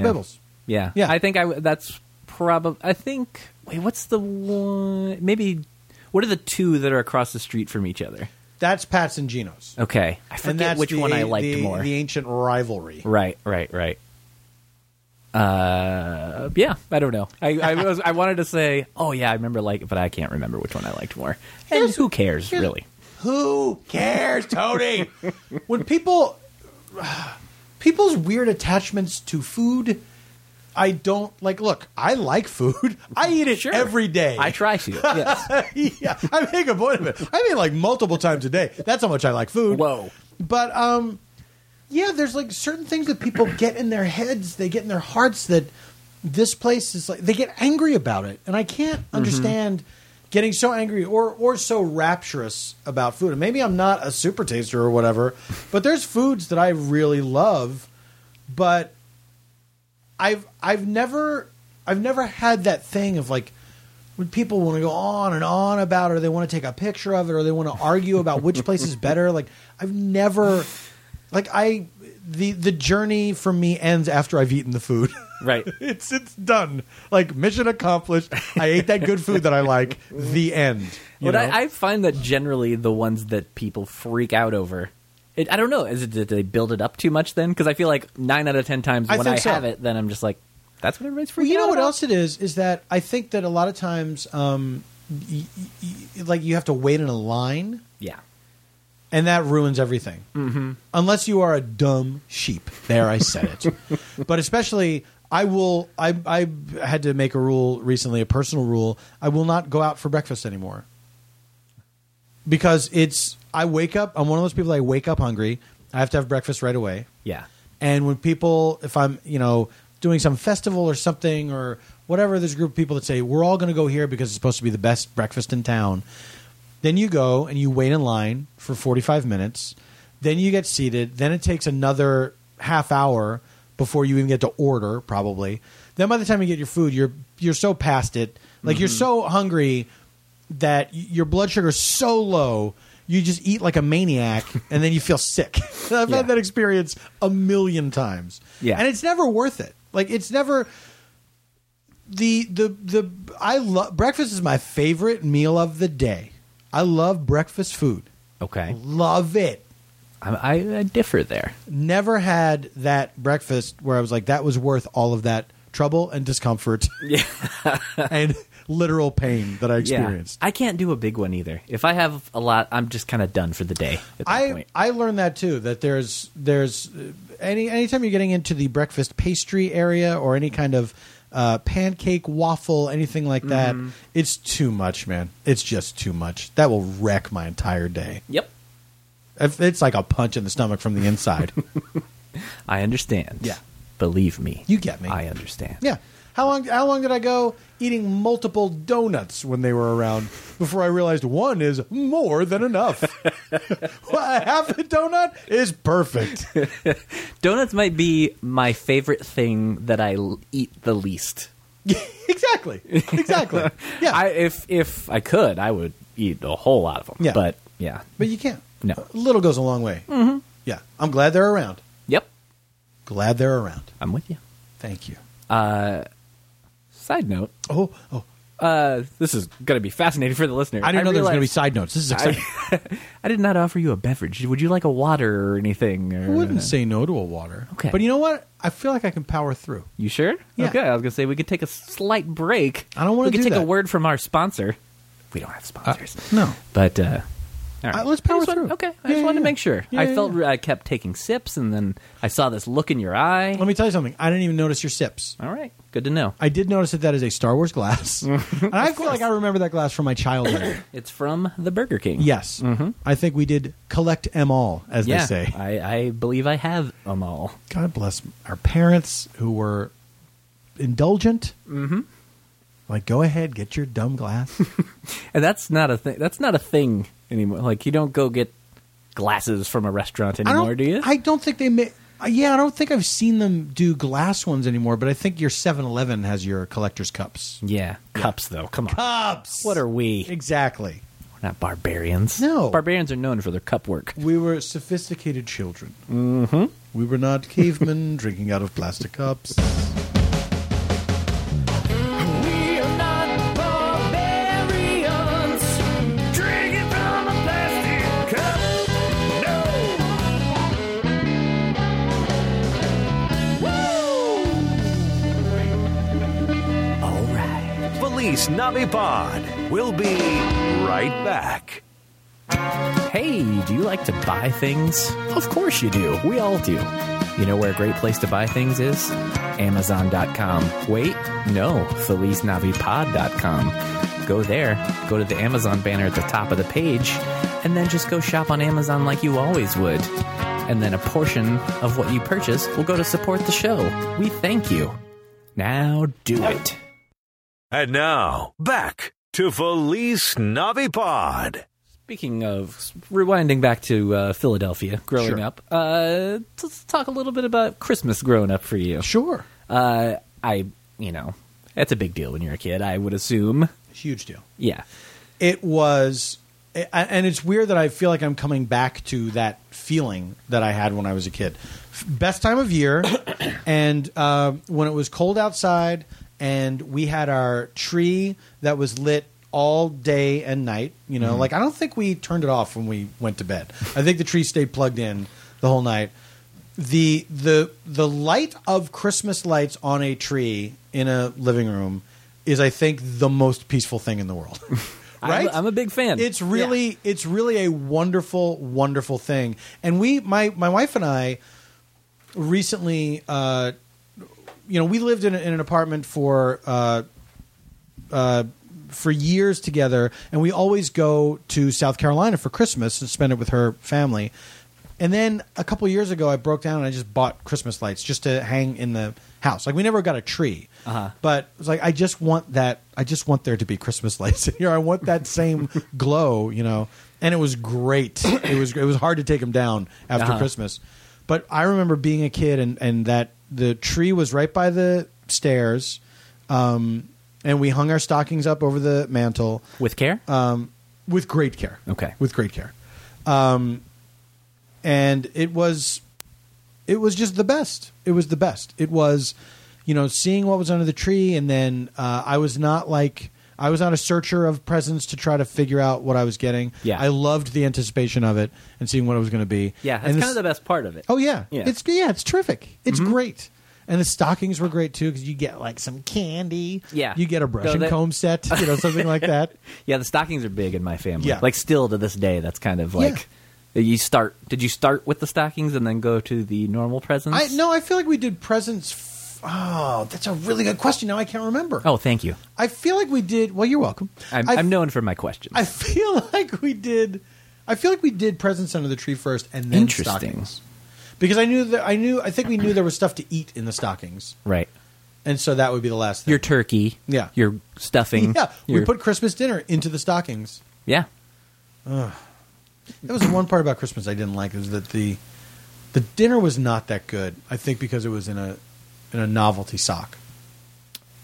[SPEAKER 4] Yeah.
[SPEAKER 5] Bibbles.
[SPEAKER 4] Yeah.
[SPEAKER 5] Yeah.
[SPEAKER 4] I think I w- that's probably I think wait, what's the one maybe what are the two that are across the street from each other?
[SPEAKER 5] That's Pats and Genos.
[SPEAKER 4] Okay. I
[SPEAKER 5] and
[SPEAKER 4] forget
[SPEAKER 5] that's
[SPEAKER 4] which
[SPEAKER 5] the-
[SPEAKER 4] one I liked
[SPEAKER 5] the-
[SPEAKER 4] more.
[SPEAKER 5] The ancient rivalry.
[SPEAKER 4] right, right, right. Uh yeah, I don't know. I, I was I wanted to say, oh yeah, I remember like but I can't remember which one I liked more. And who cares really?
[SPEAKER 5] Who cares, Tony? when people [SIGHS] people's weird attachments to food, I don't like. Look, I like food. [LAUGHS] I eat it
[SPEAKER 4] Sure.
[SPEAKER 5] every day.
[SPEAKER 4] I try to. [LAUGHS] Yes.
[SPEAKER 5] [LAUGHS] yeah, I make a point of it. I mean, like multiple times a day. That's how much I like food.
[SPEAKER 4] Whoa.
[SPEAKER 5] But um, yeah, there's like certain things that people get in their heads, they get in their hearts that this place is like they get angry about it, and I can't understand getting so angry or or so rapturous about food. And maybe I'm not a super taster or whatever, but there's foods that I really love, but I've I've never I've never had that thing of like when people want to go on and on about it or they want to take a picture of it or they want to argue about which place is better. Like I've never like I the the journey for me ends after I've eaten the food. [LAUGHS]
[SPEAKER 4] Right.
[SPEAKER 5] it's it's done. Like mission accomplished. I ate that good food that I like. The end. You
[SPEAKER 4] But
[SPEAKER 5] know?
[SPEAKER 4] I, I find that generally the ones that people freak out over, it, I don't know, is it did they build it up too much then? Because I feel like nine out of ten times
[SPEAKER 5] I
[SPEAKER 4] when
[SPEAKER 5] think
[SPEAKER 4] I
[SPEAKER 5] so.
[SPEAKER 4] have it, then I'm just like, that's what everybody's freaking.
[SPEAKER 5] Well, you know
[SPEAKER 4] out
[SPEAKER 5] what
[SPEAKER 4] about?
[SPEAKER 5] else it is is that I think that a lot of times, um, y- y- y- like you have to wait in a line,
[SPEAKER 4] Yeah,
[SPEAKER 5] and that ruins everything. Mm-hmm. Unless you are a dumb sheep. There, I said it. but especially, I will. I I had to make a rule recently, a personal rule. I will not go out for breakfast anymore because it's. I wake up. I'm one of those people. I wake up hungry. I have to have breakfast right away.
[SPEAKER 4] yeah,
[SPEAKER 5] And when people, if I'm, you know, doing some festival or something or whatever, there's a group of people that say, we're all going to go here because it's supposed to be the best breakfast in town. Then you go and you wait in line for 45 minutes. Then you get seated. Then it takes another half hour before you even get to order, probably. Then by the time you get your food, you're you're so past it. Like you're so hungry that y- your blood sugar is so low, you just eat like a maniac and then you feel sick. [LAUGHS] I've
[SPEAKER 4] Yeah.
[SPEAKER 5] had that experience a million times.
[SPEAKER 4] Yeah.
[SPEAKER 5] And it's never worth it. Like it's never the the the I love breakfast is my favorite meal of the day. I love breakfast food.
[SPEAKER 4] okay.
[SPEAKER 5] Love it.
[SPEAKER 4] I, I, I differ there.
[SPEAKER 5] Never had that breakfast where I was like that was worth all of that trouble and discomfort. Yeah. [LAUGHS] and literal pain that I experienced.
[SPEAKER 4] Yeah, I can't do a big one either. If I have a lot, I'm just kind of done for the day. At that
[SPEAKER 5] I
[SPEAKER 4] point.
[SPEAKER 5] I learned that too. That there's there's uh, any anytime you're getting into the breakfast pastry area or any kind of uh, pancake waffle, anything like that,
[SPEAKER 4] Mm-hmm.
[SPEAKER 5] it's too much, man. It's just too much. That will wreck my entire day.
[SPEAKER 4] Yep,
[SPEAKER 5] If- It's like a punch in the stomach from
[SPEAKER 4] [LAUGHS]
[SPEAKER 5] the inside.
[SPEAKER 4] I understand.
[SPEAKER 5] Yeah.
[SPEAKER 4] believe me,
[SPEAKER 5] You get me.
[SPEAKER 4] I understand.
[SPEAKER 5] yeah. How long? How long did I go eating multiple donuts when they were around before I realized one is more
[SPEAKER 4] [LAUGHS]
[SPEAKER 5] than enough? Half a donut
[SPEAKER 4] [LAUGHS]
[SPEAKER 5] is perfect.
[SPEAKER 4] donuts might be my favorite thing that I l- eat the least.
[SPEAKER 5] exactly. Exactly. Yeah.
[SPEAKER 4] I, if if I could, I would eat a whole lot of them.
[SPEAKER 5] Yeah.
[SPEAKER 4] But yeah.
[SPEAKER 5] But you can't.
[SPEAKER 4] No.
[SPEAKER 5] A little goes a long way. Mm-hmm. Yeah. I'm glad they're around.
[SPEAKER 4] Yep.
[SPEAKER 5] Glad they're around.
[SPEAKER 4] I'm with you.
[SPEAKER 5] Thank you.
[SPEAKER 4] Side note.
[SPEAKER 5] Oh, oh.
[SPEAKER 4] Uh, this is going to be fascinating for the listener.
[SPEAKER 5] I didn't know there was going to be
[SPEAKER 4] realized
[SPEAKER 5] side notes. This is exciting.
[SPEAKER 4] I did not offer you a beverage. Would you like a water or anything?
[SPEAKER 5] I,
[SPEAKER 4] Or... [LAUGHS]
[SPEAKER 5] wouldn't say no to a water.
[SPEAKER 4] Okay.
[SPEAKER 5] But you know what? I feel like I can power through.
[SPEAKER 4] You sure?
[SPEAKER 5] Yeah.
[SPEAKER 4] Okay. I was going to say we could take a slight break.
[SPEAKER 5] I don't wanna
[SPEAKER 4] We could
[SPEAKER 5] do
[SPEAKER 4] take a
[SPEAKER 5] that.
[SPEAKER 4] word from our sponsor. We don't have sponsors.
[SPEAKER 5] no.
[SPEAKER 4] But uh, all
[SPEAKER 5] Uh, let's power
[SPEAKER 4] I just wanted-
[SPEAKER 5] through.
[SPEAKER 4] okay. I
[SPEAKER 5] Yeah,
[SPEAKER 4] just
[SPEAKER 5] yeah,
[SPEAKER 4] wanted
[SPEAKER 5] yeah.
[SPEAKER 4] to make sure.
[SPEAKER 5] Yeah,
[SPEAKER 4] I
[SPEAKER 5] yeah,
[SPEAKER 4] felt
[SPEAKER 5] yeah.
[SPEAKER 4] I kept taking sips, and then I saw this look in your eye.
[SPEAKER 5] Let me tell you something. I didn't even notice your sips.
[SPEAKER 4] All right. Good to know.
[SPEAKER 5] I did notice that that is a Star
[SPEAKER 4] [LAUGHS]
[SPEAKER 5] Wars glass. and I feel like I remember that glass from my
[SPEAKER 4] [COUGHS]
[SPEAKER 5] childhood.
[SPEAKER 4] It's from the Burger King.
[SPEAKER 5] yes. I think we did collect em all, as
[SPEAKER 4] Mm-hmm. yeah,
[SPEAKER 5] they say.
[SPEAKER 4] I, I believe I have them all.
[SPEAKER 5] God bless our parents who were indulgent. Mm-hmm. Like, go ahead, get your dumb glass.
[SPEAKER 4] And that's not a thing. That's not a thing anymore. Like you don't go get glasses from a restaurant
[SPEAKER 5] I don't,
[SPEAKER 4] anymore, do you?
[SPEAKER 5] I don't think they make. Yeah, I don't think I've seen them do glass ones anymore. But I think your 7-Eleven has your collector's cups.
[SPEAKER 4] yeah, cups though. Come on,
[SPEAKER 5] Cups.
[SPEAKER 4] what are we?
[SPEAKER 5] exactly?
[SPEAKER 4] We're not barbarians.
[SPEAKER 5] No.
[SPEAKER 4] barbarians are known for their cup work.
[SPEAKER 5] We were sophisticated children. Mm-hmm. We were not cavemen [LAUGHS] drinking out of plastic cups.
[SPEAKER 2] We are not barbarians. Drinking from a plastic cup. No.
[SPEAKER 4] All right.
[SPEAKER 1] Felice Navipod will be right back.
[SPEAKER 4] Hey, do you like to buy things? Of course you do. We all do. You know where a great place to buy things is? Amazon.com. Wait, no, FelizNaviPod.com. Go there, go to the Amazon banner at the top of the page, and then just go shop on Amazon like you always would. And then a portion of what you purchase will go to support the show. We thank you. Now do it.
[SPEAKER 1] And now, back to Felice Navipod.
[SPEAKER 4] Speaking of rewinding back to uh, Philadelphia, growing
[SPEAKER 5] Sure.
[SPEAKER 4] up, uh, let's talk a little bit about Christmas growing up for you.
[SPEAKER 5] Sure,
[SPEAKER 4] Uh, I, you know, that's a big deal when you're a kid. I would assume.
[SPEAKER 5] huge deal.
[SPEAKER 4] Yeah,
[SPEAKER 5] It was, I- and it's weird that I feel like I'm coming back to that feeling that I had when I was a kid. F- Best time of year, [COUGHS] and uh, when it was cold outside, and we had our tree that was lit all day and night. You know, like I don't think we turned it off when we went to bed. I think the tree stayed plugged in the whole night. the the the light of Christmas lights on a tree in a living room is, I think, the most peaceful thing in the world.
[SPEAKER 4] [LAUGHS] I'm-
[SPEAKER 5] right?
[SPEAKER 4] I'm a big fan.
[SPEAKER 5] It's really it's really a wonderful, wonderful thing. And we, my my wife and I, recently, uh, you know, we lived in, a- in an apartment for uh, for years together, and we always go to South Carolina for Christmas and spend it with her family. And then a couple years ago, I broke down and I just bought Christmas lights just to hang in the house. Like we never got a tree, uh-huh. but it was like I just want that. I just want there to be Christmas [LAUGHS] lights in here. I want that same glow, you know. And it was great. It was it was hard to take them down after
[SPEAKER 4] Uh-huh.
[SPEAKER 5] Christmas, but I remember being a kid and and that the tree was right by the stairs and we hung our stockings up over the mantle
[SPEAKER 4] with care.
[SPEAKER 5] Uh, Um, with great care.
[SPEAKER 4] Okay.
[SPEAKER 5] with great care, um, and it was, it was just the best. It was the best. It was, you know, seeing what was under the tree, and then uh, I was not like I was not a searcher of presents to try to figure out what I was getting.
[SPEAKER 4] Yeah.
[SPEAKER 5] I loved the anticipation of it and seeing what it was going to be.
[SPEAKER 4] yeah, that's
[SPEAKER 5] and
[SPEAKER 4] kind
[SPEAKER 5] this-
[SPEAKER 4] of the best part of it.
[SPEAKER 5] Oh yeah,
[SPEAKER 4] Yeah. Mm-hmm.
[SPEAKER 5] It's yeah, it's terrific. It's great. And the stockings were great too because you get like some candy.
[SPEAKER 4] Yeah.
[SPEAKER 5] you get a brush
[SPEAKER 4] No,
[SPEAKER 5] and
[SPEAKER 4] that-
[SPEAKER 5] comb set, you know, something
[SPEAKER 4] [LAUGHS]
[SPEAKER 5] like that.
[SPEAKER 4] yeah, the stockings are big in my family.
[SPEAKER 5] Yeah.
[SPEAKER 4] like still to this day, that's kind of like you start. Did you start with the stockings and then go to the normal presents?
[SPEAKER 5] I no, I feel like we did presents. F- oh, that's a really good question. Now I can't remember.
[SPEAKER 4] Oh, thank you.
[SPEAKER 5] I feel like we did. Well, you're welcome.
[SPEAKER 4] I'm,
[SPEAKER 5] I
[SPEAKER 4] I'm
[SPEAKER 5] f-
[SPEAKER 4] known for my questions.
[SPEAKER 5] I feel [LAUGHS] like we did. I feel like we did presents under the tree first, and then
[SPEAKER 4] Interesting.
[SPEAKER 5] stockings. Because I knew that I knew. I think we knew there was stuff to eat in the stockings,
[SPEAKER 4] right.
[SPEAKER 5] and so that would be the last thing.
[SPEAKER 4] Your turkey.
[SPEAKER 5] Yeah.
[SPEAKER 4] Your stuffing.
[SPEAKER 5] yeah, we
[SPEAKER 4] your-
[SPEAKER 5] put Christmas dinner into the stockings.
[SPEAKER 4] Yeah.
[SPEAKER 5] That was the one part about Christmas I didn't like is that the the dinner was not that good. I think because it was in a in a novelty sock.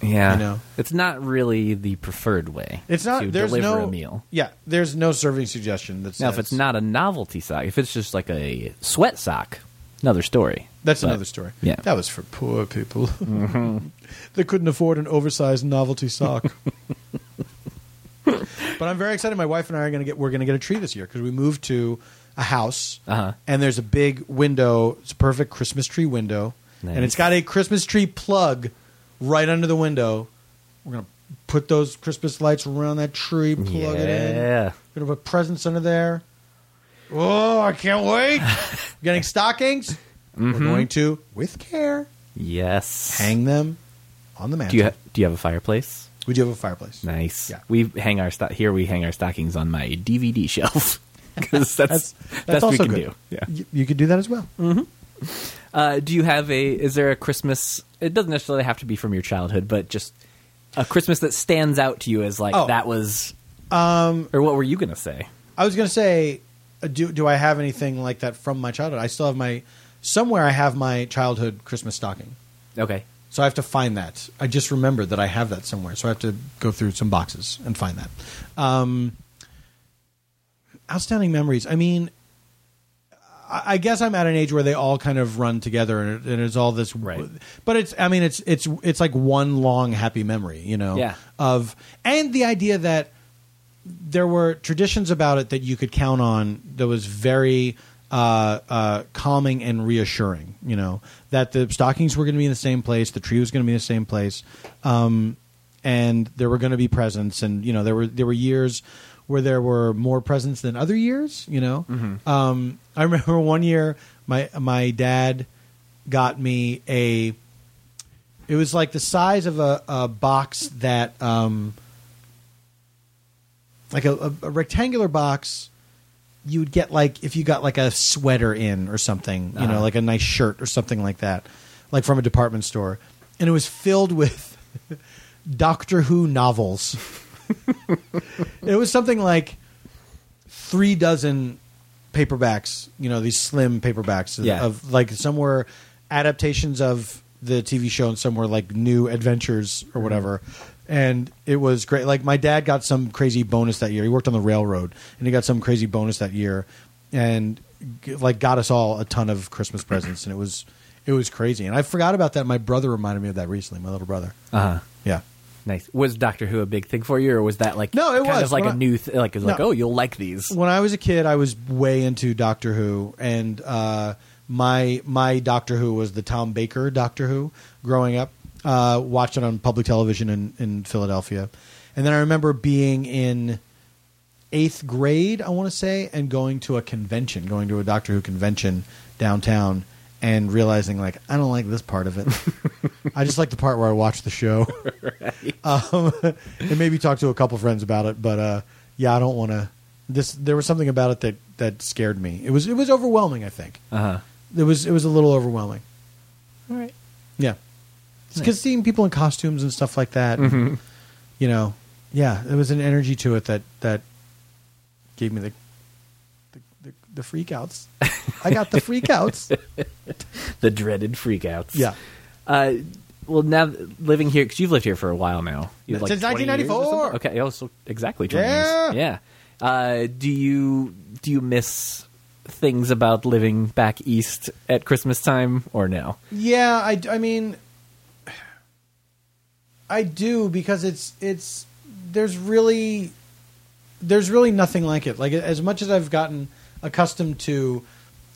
[SPEAKER 4] Yeah.
[SPEAKER 5] You know.
[SPEAKER 4] It's not really the preferred way.
[SPEAKER 5] It's not
[SPEAKER 4] to
[SPEAKER 5] there's
[SPEAKER 4] deliver
[SPEAKER 5] no
[SPEAKER 4] a meal.
[SPEAKER 5] Yeah, there's no serving suggestion that's
[SPEAKER 4] Now, if it's not a novelty sock, if it's just like a sweat sock, another story.
[SPEAKER 5] that's
[SPEAKER 4] But-
[SPEAKER 5] another story.
[SPEAKER 4] Yeah. Mm-hmm.
[SPEAKER 5] that was for poor people. [LAUGHS] they couldn't afford an oversized
[SPEAKER 4] [LAUGHS]
[SPEAKER 5] novelty sock. but I'm very excited. My wife and I are going to get we're going to get a tree this year because we moved to a house
[SPEAKER 4] Uh-huh.
[SPEAKER 5] and there's a big window. It's a perfect Christmas tree window, and
[SPEAKER 4] Nice.
[SPEAKER 5] it's got a Christmas tree plug right under the window. We're going to put those Christmas lights around that tree, plug it in.
[SPEAKER 4] Yeah.
[SPEAKER 5] Gonna put presents under there. Oh, I can't
[SPEAKER 4] [LAUGHS]
[SPEAKER 5] wait. Getting stockings. We're
[SPEAKER 4] Mm-hmm.
[SPEAKER 5] going to, with care,
[SPEAKER 4] Yes.
[SPEAKER 5] hang them on the
[SPEAKER 4] Do
[SPEAKER 5] mantle.
[SPEAKER 4] you ha- do you have a fireplace?
[SPEAKER 5] we do have a fireplace.
[SPEAKER 4] Nice.
[SPEAKER 5] Yeah.
[SPEAKER 4] We hang our sto- here. We hang our stockings on my DVD shelf [LAUGHS] because that's,
[SPEAKER 5] That's
[SPEAKER 4] best we
[SPEAKER 5] also
[SPEAKER 4] can
[SPEAKER 5] good.
[SPEAKER 4] do. Mm. Yeah.
[SPEAKER 5] Y- you could do that as well.
[SPEAKER 4] Uh, do you have a? Is there a Christmas? It doesn't necessarily have to be from your childhood, but just a Christmas that stands out to you as like
[SPEAKER 5] Oh.
[SPEAKER 4] that was. Um, or what were you gonna say?
[SPEAKER 5] I was going to say, uh, do do I have anything like that from my childhood? I still have my somewhere. I have my childhood Christmas stocking,
[SPEAKER 4] Okay.
[SPEAKER 5] so I have to find that. I just remembered that I have that somewhere, so I have to go through some boxes and find that. Um, outstanding memories. I mean, I, I guess I'm at an age where they all kind of run together, and, it- and it's all this.
[SPEAKER 4] Right.
[SPEAKER 5] But it's. I mean, it's it's it's like one long happy memory, you know.
[SPEAKER 4] Yeah.
[SPEAKER 5] Of and the idea that there were traditions about it that you could count on that was very uh, uh, calming and reassuring. You know that the stockings were going to be in the same place, the tree was going to be in the same place, um, and there were going to be presents. And you know there were there were years where there were more presents than other years. You know, um, I remember one year my my dad got me a. It was like the size of a, a box that. Um, like a, a, a rectangular box you would get like if you got like a sweater in or something you know like a nice shirt or something like that like from a department store and it was filled with doctor who novels it was something like three dozen paperbacks you know these slim paperbacks of,
[SPEAKER 4] Yeah.
[SPEAKER 5] of like some were adaptations of the tv show and some were like new adventures or whatever and it was great like my dad got some crazy bonus that year he worked on the railroad and he got some crazy bonus that year and g- like got us all a ton of christmas presents and it was it was crazy and i forgot about that my brother reminded me of that recently my little brother
[SPEAKER 4] Uh huh.
[SPEAKER 5] yeah
[SPEAKER 4] Nice. Was Doctor Who a big thing for you, or was that like
[SPEAKER 5] No, it
[SPEAKER 4] kind
[SPEAKER 5] was.
[SPEAKER 4] of like
[SPEAKER 5] When
[SPEAKER 4] a
[SPEAKER 5] I-
[SPEAKER 4] new th- like it was like
[SPEAKER 5] No.
[SPEAKER 4] oh you'll like these.
[SPEAKER 5] when I was a kid, I was way into Doctor Who, and uh, my my Doctor Who was the Tom Baker Doctor Who. Growing up, uh, watched it on public television in, in Philadelphia, and then I remember being in eighth grade, I want to say, and going to a convention, going to a Doctor Who convention downtown, and realizing like I don't like this part of it. I just like the part where I watch the show, um, [LAUGHS] and maybe talk to a couple friends about it. But uh, yeah, I don't want to. This there was something about it that that scared me. It was it was overwhelming. I think
[SPEAKER 4] Uh huh.
[SPEAKER 5] it was it was a little overwhelming.
[SPEAKER 4] All right.
[SPEAKER 5] Yeah, because seeing people in costumes and stuff like that,
[SPEAKER 4] Mm-hmm.
[SPEAKER 5] you know, yeah, there was an energy to it that that gave me the the the, the freakouts. I got
[SPEAKER 4] [LAUGHS]
[SPEAKER 5] the freakouts.
[SPEAKER 4] The dreaded freakouts.
[SPEAKER 5] Yeah.
[SPEAKER 4] Uh, well, now living here because you've lived here for a while now. You've,
[SPEAKER 5] Since
[SPEAKER 4] 20 years or
[SPEAKER 5] 1994.
[SPEAKER 4] something? Okay. Oh, so exactly. 20
[SPEAKER 5] Yeah.
[SPEAKER 4] Years. Yeah. Uh, do you do you miss things about living back east at Christmas time or no?
[SPEAKER 5] Yeah, I, I mean, I do because it's it's there's really there's really nothing like it. Like as much as I've gotten accustomed to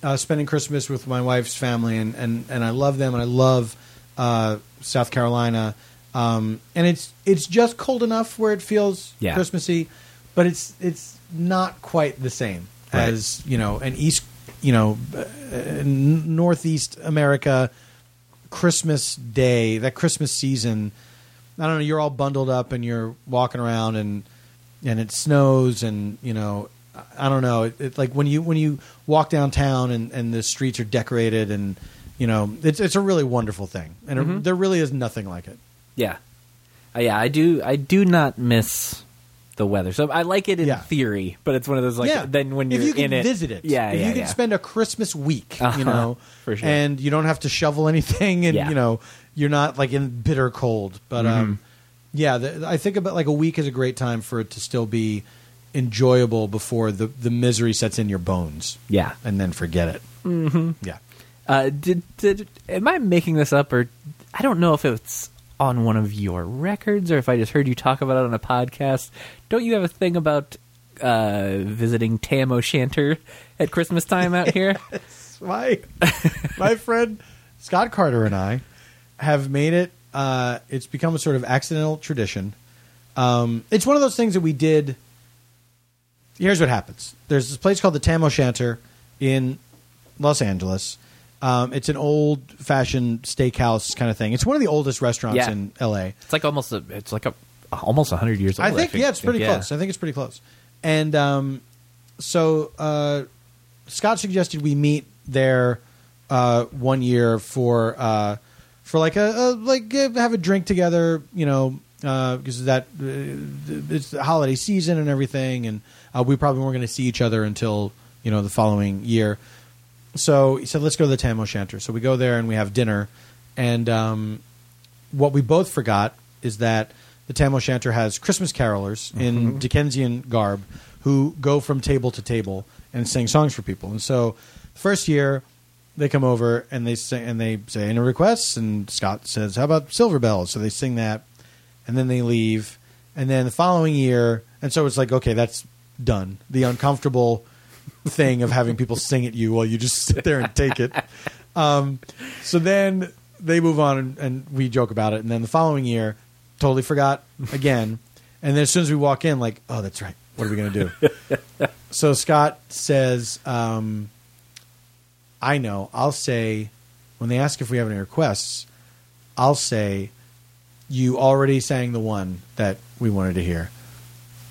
[SPEAKER 5] uh, spending Christmas with my wife's family, and and and I love them, and I love uh, South Carolina, um, and it's it's just cold enough where it feels
[SPEAKER 4] Yeah.
[SPEAKER 5] Christmassy, but it's it's not quite the same
[SPEAKER 4] Right.
[SPEAKER 5] as you know an East you know uh, n- Northeast America Christmas day, that Christmas season, I don't know, you're all bundled up and you're walking around and and it snows and you know I- I don't know. It, it like when you when you walk downtown and, and the streets are decorated and you know it's it's a really wonderful thing and it- there really is nothing like it.
[SPEAKER 4] Yeah. Uh, yeah, I do I do not miss the weather. So I like it in
[SPEAKER 5] Yeah.
[SPEAKER 4] theory, but it's one of those like then when you're
[SPEAKER 5] if you can
[SPEAKER 4] in it
[SPEAKER 5] visit it,
[SPEAKER 4] Yeah,
[SPEAKER 5] if
[SPEAKER 4] yeah,
[SPEAKER 5] you can
[SPEAKER 4] yeah.
[SPEAKER 5] spend a Christmas week,
[SPEAKER 4] Uh-huh,
[SPEAKER 5] you know,
[SPEAKER 4] [LAUGHS] for sure.
[SPEAKER 5] and you don't have to shovel anything, and
[SPEAKER 4] Yeah. Mm-hmm.
[SPEAKER 5] you know, you're not like in bitter cold. But um, yeah, the, I think about like a week is a great time for it to still be enjoyable before the the misery sets in your bones.
[SPEAKER 4] Yeah.
[SPEAKER 5] and then forget it. Mm-hmm. Yeah,
[SPEAKER 4] Uh, did, did am I making this up or I don't know if it's on one of your records or if I just heard you talk about it on a podcast. Don't you have a thing about uh, visiting Tam O'Shanter at Christmas time out here?
[SPEAKER 5] my my friend Scott Carter and I have made it. Uh, it's become a sort of accidental tradition. Um, it's one of those things that we did. Here's what happens. There's this place called the Tam O'Shanter in Los Angeles. Um, it's an old-fashioned steakhouse kind of thing. It's one of the oldest restaurants
[SPEAKER 4] Yeah.
[SPEAKER 5] in LA.
[SPEAKER 4] [LAUGHS] It's like almost a it's like a almost 100 years old.
[SPEAKER 5] I think, yeah, it's pretty close. I think it's pretty close. And um, so uh, Scott suggested we meet there uh, one year for uh, for like a, a like uh, have a drink together, you know, because that uh, it's the holiday season and everything, and uh, we probably weren't going to see each other until you know the following year. So he said, "Let's go to the Tam O'Shanter." So we go there and we have dinner, and um, what we both forgot is that the Tam O'Shanter has Christmas carolers in Dickensian garb who go from table to table and sing songs for people. And so, first year, they come over and they sing, and they say any requests, and Scott says, "How about Silver Bells?" So they sing that, and then they leave, and then the following year, and so it's like, okay, that's done. The uncomfortable thing of having people sing at you while you just sit there and take it. Um, so then they move on and, and we joke about it. And then the following year, totally forgot again. [LAUGHS] And then as soon as we walk in, like, oh, that's right. What are we going to do? so Scott says, um, I know. I'll say, when they ask if we have any requests, I'll say, you already sang the one that we wanted to hear.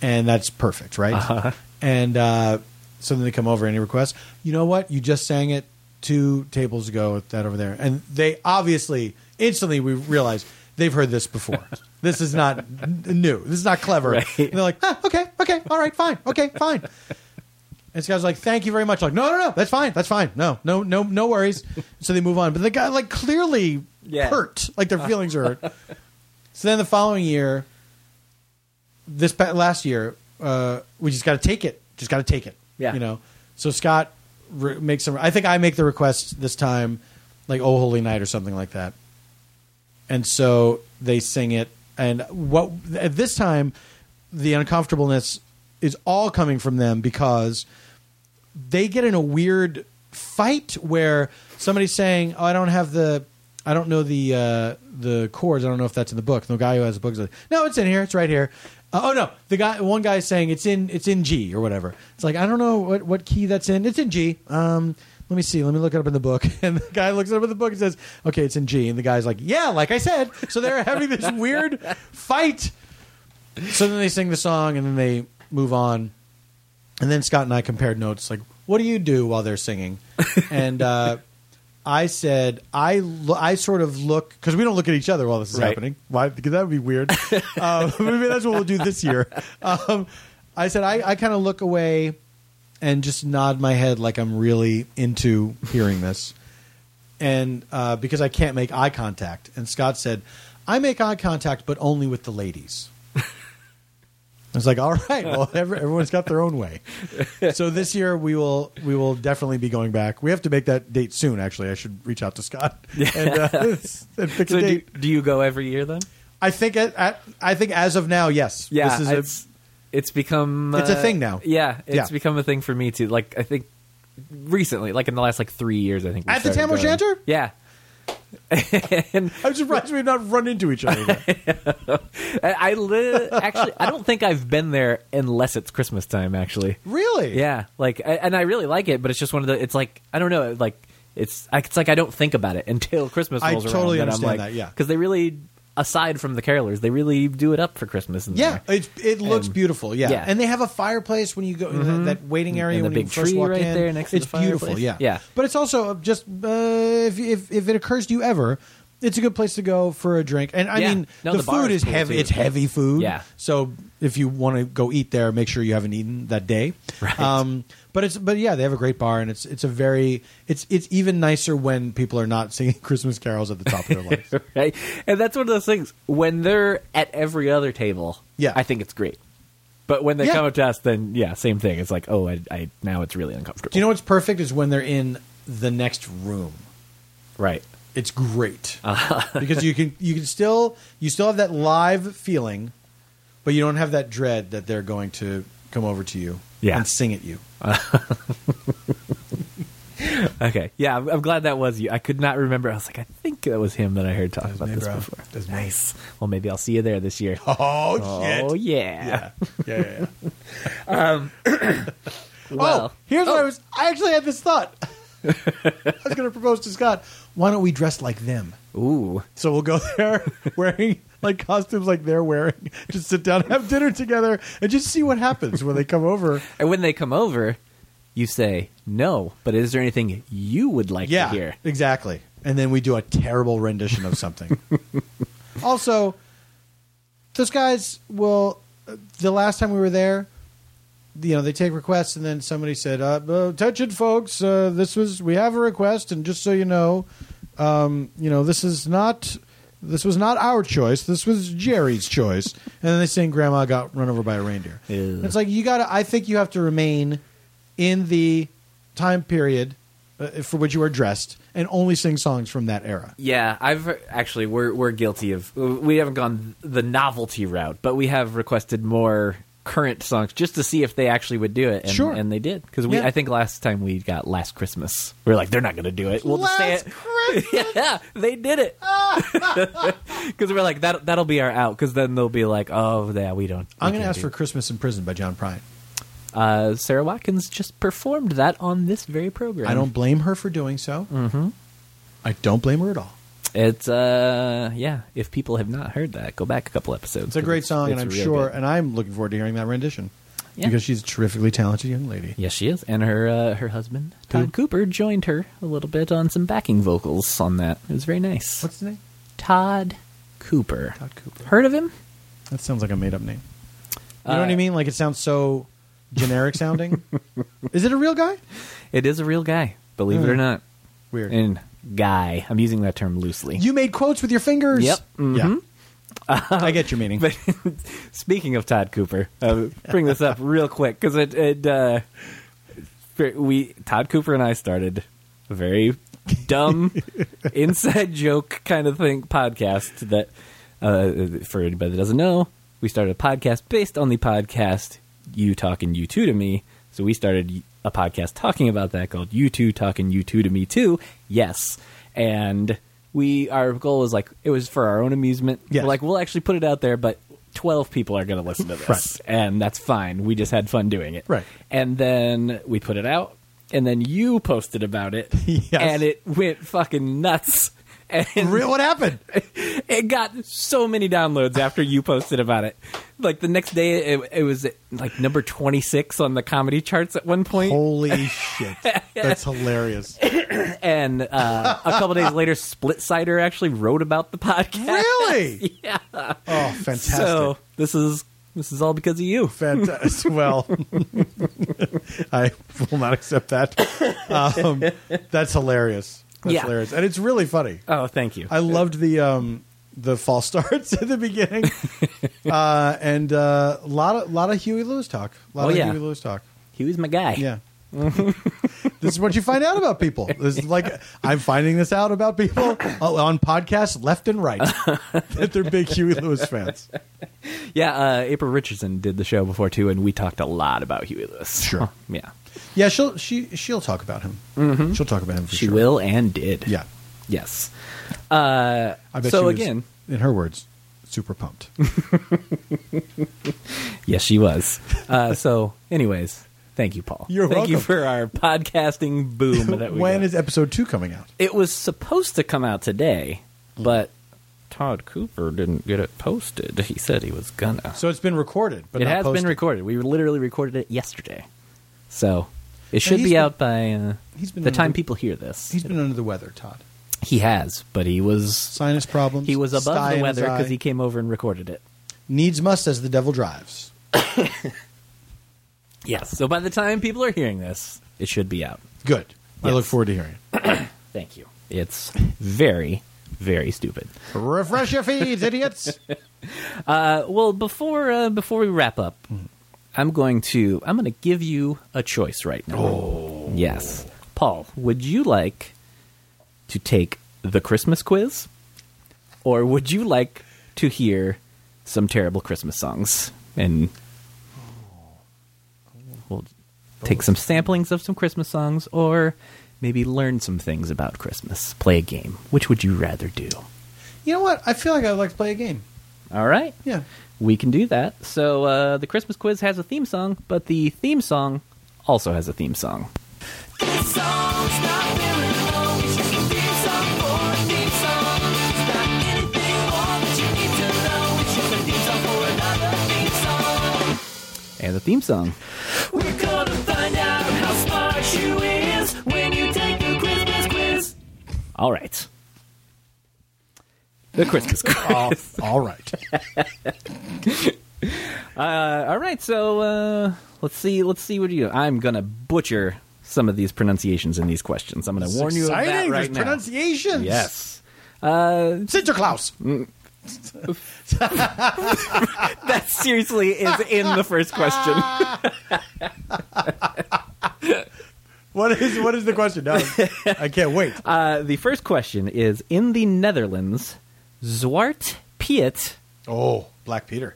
[SPEAKER 5] And that's perfect, right? And uh, so then they come over, any requests? You know what? You just sang it two tables ago with that over there. And they obviously, instantly, we realize they've heard this before. this is not n- new. This is not clever. And they're like, ah, okay, okay, all right, fine, okay, fine. And this guy's like, "Thank you very much." Like, no, no, no, that's fine, that's fine. No, no, no, no worries. So they move on. But the guy, like, clearly
[SPEAKER 4] Yeah.
[SPEAKER 5] hurt. Like their feelings are hurt. So then the following year, this pa- last year, uh, we just got to take it. Just got to take it.
[SPEAKER 4] Yeah.
[SPEAKER 5] You know. So Scott re- makes some. I think I make the request this time, like "Oh Holy Night" or something like that. And so they sing it. And what at this time, the uncomfortableness is all coming from them because they get in a weird fight where somebody's saying, "Oh, I don't have the, I don't know the uh, the chords. I don't know if that's in the book." And the guy who has the book is like, "No, it's in here. It's right here." Uh, oh no, the guy, one guy's saying it's in it's in G or whatever. It's like I don't know what what key that's in. It's in G. Um, let me see. Let me look it up in the book. [LAUGHS] And the guy looks it up in the book and says, "Okay, it's in G." And the guy's like, "Yeah, like I said." So they're having this weird fight. So then they sing the song and then they move on. And then Scott and I compared notes. Like, what do you do while they're singing? And uh, I said, I lo- I sort of look because we don't look at each other while this is
[SPEAKER 4] Right.
[SPEAKER 5] happening. Why? Because that would be weird. um, maybe that's what we'll do this year. Um, I said, I, I kind of look away and just nod my head like I'm really into hearing this, and uh, because I can't make eye contact. And Scott said, I make eye contact, but only with the ladies. I was like, all
[SPEAKER 4] [LAUGHS]
[SPEAKER 5] right, well, every, everyone's got their own way. So this year we will we will definitely be going back. We have to make that date soon. Actually, I should reach out to Scott [LAUGHS] and, uh, and pick
[SPEAKER 4] So do,
[SPEAKER 5] a date.
[SPEAKER 4] do you go every year then?
[SPEAKER 5] I think at, at, I think as of now, yes.
[SPEAKER 4] Yeah,
[SPEAKER 5] this is a-
[SPEAKER 4] it's it's become
[SPEAKER 5] It's a
[SPEAKER 4] uh,
[SPEAKER 5] thing now.
[SPEAKER 4] Yeah, it's
[SPEAKER 5] Yeah.
[SPEAKER 4] become a thing for me too. Like I think recently, like in the last like three years, I think we
[SPEAKER 5] At the
[SPEAKER 4] started
[SPEAKER 5] Tam
[SPEAKER 4] going.
[SPEAKER 5] O'Shanter?
[SPEAKER 4] Yeah, [LAUGHS] and
[SPEAKER 5] I'm surprised we've not run into each other.
[SPEAKER 4] [LAUGHS]
[SPEAKER 5] yet.
[SPEAKER 4] I, I li- actually I don't think I've been there unless it's Christmas time. Actually,
[SPEAKER 5] really?
[SPEAKER 4] yeah, like I, and I really like it, but it's just one of the. It's like I don't know, like it's it's like I don't think about it [LAUGHS] until Christmas
[SPEAKER 5] I
[SPEAKER 4] rolls around.
[SPEAKER 5] totally
[SPEAKER 4] and I'm
[SPEAKER 5] understand
[SPEAKER 4] like-
[SPEAKER 5] that, yeah.
[SPEAKER 4] because they really, aside from the carolers, they really do it up for Christmas. In
[SPEAKER 5] Yeah,
[SPEAKER 4] there.
[SPEAKER 5] it, it looks beautiful. Yeah.
[SPEAKER 4] yeah. Mm-hmm.
[SPEAKER 5] and they have a fireplace when you go in that, that waiting area
[SPEAKER 4] And the
[SPEAKER 5] when
[SPEAKER 4] big
[SPEAKER 5] you first
[SPEAKER 4] tree
[SPEAKER 5] walk
[SPEAKER 4] right
[SPEAKER 5] in.
[SPEAKER 4] there next to
[SPEAKER 5] it's
[SPEAKER 4] the
[SPEAKER 5] beautiful.
[SPEAKER 4] fireplace.
[SPEAKER 5] Yeah,
[SPEAKER 4] Yeah.
[SPEAKER 5] But it's also just uh, if, if if it occurs to you ever, it's a good place to go for a drink. And I
[SPEAKER 4] Yeah.
[SPEAKER 5] mean,
[SPEAKER 4] No,
[SPEAKER 5] the,
[SPEAKER 4] the bar
[SPEAKER 5] food
[SPEAKER 4] is
[SPEAKER 5] is
[SPEAKER 4] cool,
[SPEAKER 5] heavy.
[SPEAKER 4] too.
[SPEAKER 5] It's heavy food.
[SPEAKER 4] Yeah.
[SPEAKER 5] So if you want to go eat there, make sure you haven't eaten that day. Right. Um, but it's but yeah, they have a great bar, and it's it's a very it's it's even nicer when people are not [LAUGHS] singing Christmas carols at the top of
[SPEAKER 4] [LAUGHS]
[SPEAKER 5] their lungs.
[SPEAKER 4] right? And that's one of those things when they're at every other table.
[SPEAKER 5] Yeah.
[SPEAKER 4] I think it's great. But when they
[SPEAKER 5] Yeah.
[SPEAKER 4] come up to us, then yeah, same thing. It's like, oh, I, I now it's really uncomfortable.
[SPEAKER 5] Do you know what's perfect is when they're in the next room.
[SPEAKER 4] right?
[SPEAKER 5] It's [LAUGHS] great because you can you can still you still have that live feeling, but you don't have that dread that they're going to come over to you
[SPEAKER 4] Yeah.
[SPEAKER 5] and sing at you.
[SPEAKER 4] Okay, yeah, I'm, I'm glad that was you. I could not remember. I was like, I think that was him that I heard talking about
[SPEAKER 5] me,
[SPEAKER 4] this
[SPEAKER 5] bro.
[SPEAKER 4] before.
[SPEAKER 5] That was me.
[SPEAKER 4] nice. Well, maybe I'll see you there this year.
[SPEAKER 5] Oh,
[SPEAKER 4] Oh yeah.
[SPEAKER 5] Yeah, yeah, yeah. [LAUGHS] yeah.
[SPEAKER 4] Well,
[SPEAKER 5] oh, here's what I was. I actually had this [LAUGHS] thought. I was going to propose to Scott. Why don't we dress like them?
[SPEAKER 4] ooh,
[SPEAKER 5] So we'll go [LAUGHS] there wearing like costumes like they're wearing. Just sit down, have dinner together, and just see what happens when they come over.
[SPEAKER 4] and when they come over, you say no. But is there anything you would like
[SPEAKER 5] Yeah,
[SPEAKER 4] to hear?
[SPEAKER 5] exactly.
[SPEAKER 4] [LAUGHS]
[SPEAKER 5] And then we do a terrible rendition of something. also, those guys will. The last time we were there, you know, they take requests, and then somebody said, uh, uh, "Attention, folks! Uh, this was we have a request, and just so you know, um, you know, this is not." This was not our choice. This was Jerry's choice. And then they saying Grandma got run over by a reindeer.
[SPEAKER 4] Ew.
[SPEAKER 5] It's like you got to. I think you have to remain in the time period uh, for which you are dressed, and only sing songs from that era.
[SPEAKER 4] Yeah, I've actually we're we're guilty of we haven't gone the novelty route, but we have requested more current songs just to see if they actually would do it. And,
[SPEAKER 5] Sure.
[SPEAKER 4] and they did because we
[SPEAKER 5] Yeah.
[SPEAKER 4] I think last time we got Last Christmas, we were like they're not going to do it. We'll just say
[SPEAKER 5] Last
[SPEAKER 4] it. [LAUGHS] yeah, they did it [LAUGHS] because we're like that that'll be our out because then they'll be like oh yeah we don't.
[SPEAKER 5] I'm going to ask for "Christmas in Prison" by John Prine.
[SPEAKER 4] for uh, Sarah Watkins just performed that on this very program.
[SPEAKER 5] I don't blame her for doing so. Mm-hmm. I don't blame her at all.
[SPEAKER 4] It's uh yeah. If people have not heard that, go back a couple episodes.
[SPEAKER 5] It's a great song,
[SPEAKER 4] it's
[SPEAKER 5] and I'm
[SPEAKER 4] real
[SPEAKER 5] sure,
[SPEAKER 4] good.
[SPEAKER 5] and I'm looking forward to hearing that rendition
[SPEAKER 4] Yeah.
[SPEAKER 5] because she's a terrifically talented young lady.
[SPEAKER 4] Yes, she is, and her uh, her husband Todd
[SPEAKER 5] Who?
[SPEAKER 4] Cooper joined her a little bit on some backing vocals on that. It was very nice.
[SPEAKER 5] What's the name?
[SPEAKER 4] Todd Cooper?
[SPEAKER 5] Todd Cooper.
[SPEAKER 4] Heard of him?
[SPEAKER 5] That sounds like a made up name. You
[SPEAKER 4] Uh,
[SPEAKER 5] know what I mean? Like it sounds so generic
[SPEAKER 4] [LAUGHS]
[SPEAKER 5] sounding. Is it a real guy?
[SPEAKER 4] It is a real guy, believe it or
[SPEAKER 5] Hmm.
[SPEAKER 4] not.
[SPEAKER 5] Weird.
[SPEAKER 4] And guy, I'm using that term loosely.
[SPEAKER 5] you made quotes with your fingers.
[SPEAKER 4] Yep. Mhm.
[SPEAKER 5] Yeah. [LAUGHS] I get your meaning.
[SPEAKER 4] [LAUGHS] But [LAUGHS] speaking of Todd Cooper, uh, bring this up real quick because it, it uh, we Todd Cooper and I started a very
[SPEAKER 5] [LAUGHS]
[SPEAKER 4] dumb inside joke kind of thing podcast that uh, for anybody that doesn't know, we started a podcast based on the podcast "You Talking You Two to Me." So we started a podcast talking about that called "You Two Talking You Two to Me Too." Yes, and we our goal was like it was for our own amusement.
[SPEAKER 5] Yes.
[SPEAKER 4] We're like we'll actually put it out there, but 12 people are going to listen to this.
[SPEAKER 5] Right.
[SPEAKER 4] And that's fine. We just had fun doing it.
[SPEAKER 5] Right.
[SPEAKER 4] And then we put it out, and then you posted about it.
[SPEAKER 5] [LAUGHS] Yes.
[SPEAKER 4] And it went fucking nuts. [LAUGHS] And
[SPEAKER 5] Real, what happened?
[SPEAKER 4] it got so many downloads after you posted about it. Like the next day, it, it was like number 26 on the comedy charts at one point.
[SPEAKER 5] Holy shit!
[SPEAKER 4] [LAUGHS]
[SPEAKER 5] That's hilarious.
[SPEAKER 4] and uh, a couple days later, Split Sider actually wrote about the podcast.
[SPEAKER 5] Really?
[SPEAKER 4] Yeah.
[SPEAKER 5] Oh, fantastic.
[SPEAKER 4] So this is this is all because of you.
[SPEAKER 5] Fantastic. Well, [LAUGHS] I will not accept that. Um, that's hilarious. That's
[SPEAKER 4] Yeah.
[SPEAKER 5] hilarious, and it's really funny.
[SPEAKER 4] Oh, thank you.
[SPEAKER 5] I loved the um, the false [LAUGHS] starts at the beginning, uh, and a uh, lot of lot of Huey Lewis talk. A lot
[SPEAKER 4] Oh,
[SPEAKER 5] of
[SPEAKER 4] yeah.
[SPEAKER 5] Huey Lewis talk.
[SPEAKER 4] He was my guy.
[SPEAKER 5] Yeah. this is what you find out about people. This is like I'm finding this out about people [COUGHS] on podcasts left and right [LAUGHS] that they're big Huey Lewis fans.
[SPEAKER 4] Yeah, uh, April Richardson did the show before too, and we talked a lot about Huey Lewis.
[SPEAKER 5] Sure.
[SPEAKER 4] [LAUGHS] yeah,
[SPEAKER 5] Yeah, she'll she she'll talk about him. She'll talk about him
[SPEAKER 4] Mm-hmm.
[SPEAKER 5] for
[SPEAKER 4] she
[SPEAKER 5] sure.
[SPEAKER 4] will and did.
[SPEAKER 5] Yeah.
[SPEAKER 4] yes.
[SPEAKER 5] I bet
[SPEAKER 4] So
[SPEAKER 5] she was,
[SPEAKER 4] again-
[SPEAKER 5] in her words,
[SPEAKER 4] [LAUGHS]
[SPEAKER 5] super pumped.
[SPEAKER 4] Yes, she was. Uh, so, anyways, thank you, Paul.
[SPEAKER 5] You're
[SPEAKER 4] thank you
[SPEAKER 5] welcome.
[SPEAKER 4] for our podcasting boom. That we
[SPEAKER 5] when
[SPEAKER 4] got.
[SPEAKER 5] is episode two coming out?
[SPEAKER 4] it was supposed to come out today, but Todd Cooper didn't get it posted. He said he was gonna.
[SPEAKER 5] So it's been recorded, but
[SPEAKER 4] it
[SPEAKER 5] not
[SPEAKER 4] has
[SPEAKER 5] posted.
[SPEAKER 4] been recorded. We literally recorded it yesterday, so it should
[SPEAKER 5] he's
[SPEAKER 4] be
[SPEAKER 5] been-
[SPEAKER 4] out by uh,
[SPEAKER 5] he's been
[SPEAKER 4] the time
[SPEAKER 5] under-
[SPEAKER 4] people hear this.
[SPEAKER 5] He's been under the weather, Todd.
[SPEAKER 4] he has, but he was
[SPEAKER 5] Sinus problems.
[SPEAKER 4] He was above
[SPEAKER 5] sty in
[SPEAKER 4] the
[SPEAKER 5] his
[SPEAKER 4] weather because
[SPEAKER 5] eye.
[SPEAKER 4] he came over and recorded it.
[SPEAKER 5] needs must as the devil drives.
[SPEAKER 4] Yes. So by the time people are hearing this, it should be out.
[SPEAKER 5] Good. I
[SPEAKER 4] Yes.
[SPEAKER 5] look forward to hearing.
[SPEAKER 4] [LAUGHS]
[SPEAKER 5] it.
[SPEAKER 4] Thank you. It's very, very stupid.
[SPEAKER 5] Refresh your feeds, idiots.
[SPEAKER 4] Uh, well, before uh, before we wrap up, I'm going to I'm going to give you a choice right now. Oh. Yes, Paul, would you like to take the Christmas quiz, or would you like to hear some terrible Christmas songs? And we'll take some samplings of some Christmas songs, or maybe learn some things about Christmas. Play a game. Which would you rather do?
[SPEAKER 5] you know what? I feel like I'd like to play a game.
[SPEAKER 4] All right. [LAUGHS]
[SPEAKER 5] Yeah.
[SPEAKER 4] We can do that. So uh, the Christmas quiz has a theme song, but the theme song also has a theme song.
[SPEAKER 2] This song's not very long. It's just a theme song for a theme song. It's not anything more that you need to know. It's just a theme song for another theme song.
[SPEAKER 4] And the theme song.
[SPEAKER 2] We're gonna find out how smart you is when you take the Christmas quiz.
[SPEAKER 4] All right. The Christmas
[SPEAKER 5] All-
[SPEAKER 4] card.
[SPEAKER 5] all right.
[SPEAKER 4] Uh, all right, so uh, let's see. Let's see what you. I'm gonna butcher some of these pronunciations in these questions. I'm gonna warn you of
[SPEAKER 5] Exciting.
[SPEAKER 4] that
[SPEAKER 5] There's
[SPEAKER 4] right now.
[SPEAKER 5] pronunciations.
[SPEAKER 4] Yes, Mm.
[SPEAKER 5] Sinterklaas.
[SPEAKER 4] that seriously is in the first
[SPEAKER 5] [LAUGHS]
[SPEAKER 4] question.
[SPEAKER 5] What is what is the
[SPEAKER 4] [LAUGHS]
[SPEAKER 5] question? No, I can't wait.
[SPEAKER 4] Uh, the first question is in the Netherlands. Zwart Piet.
[SPEAKER 5] Oh, Black Peter.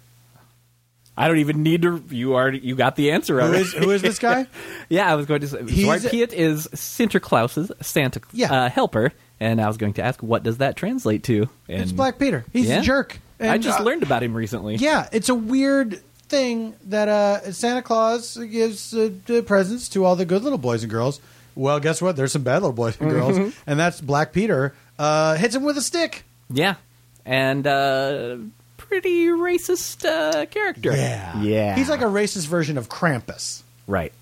[SPEAKER 4] I don't even need to. You already. You got the answer.
[SPEAKER 5] Who
[SPEAKER 4] already.
[SPEAKER 5] is who is this
[SPEAKER 4] [LAUGHS]
[SPEAKER 5] guy?
[SPEAKER 4] Yeah, I was going to say
[SPEAKER 5] He's-
[SPEAKER 4] Zwart Piet is Sinterklaas's Santa
[SPEAKER 5] Yeah.
[SPEAKER 4] uh, helper, and I was going to ask what does that translate to? And
[SPEAKER 5] It's Black Peter. He's
[SPEAKER 4] Yeah.
[SPEAKER 5] a jerk.
[SPEAKER 4] I
[SPEAKER 5] And,
[SPEAKER 4] just
[SPEAKER 5] uh,
[SPEAKER 4] learned about him recently.
[SPEAKER 5] Yeah, it's a weird thing that uh, Santa Claus gives uh, the presents to all the good little boys and girls. Well, guess what? There's some bad little boys and girls,
[SPEAKER 4] Mm-hmm.
[SPEAKER 5] and that's Black Peter uh, hits him with a stick.
[SPEAKER 4] Yeah, and uh, pretty racist uh, character. yeah.
[SPEAKER 5] He's like a racist version of Krampus.
[SPEAKER 4] right.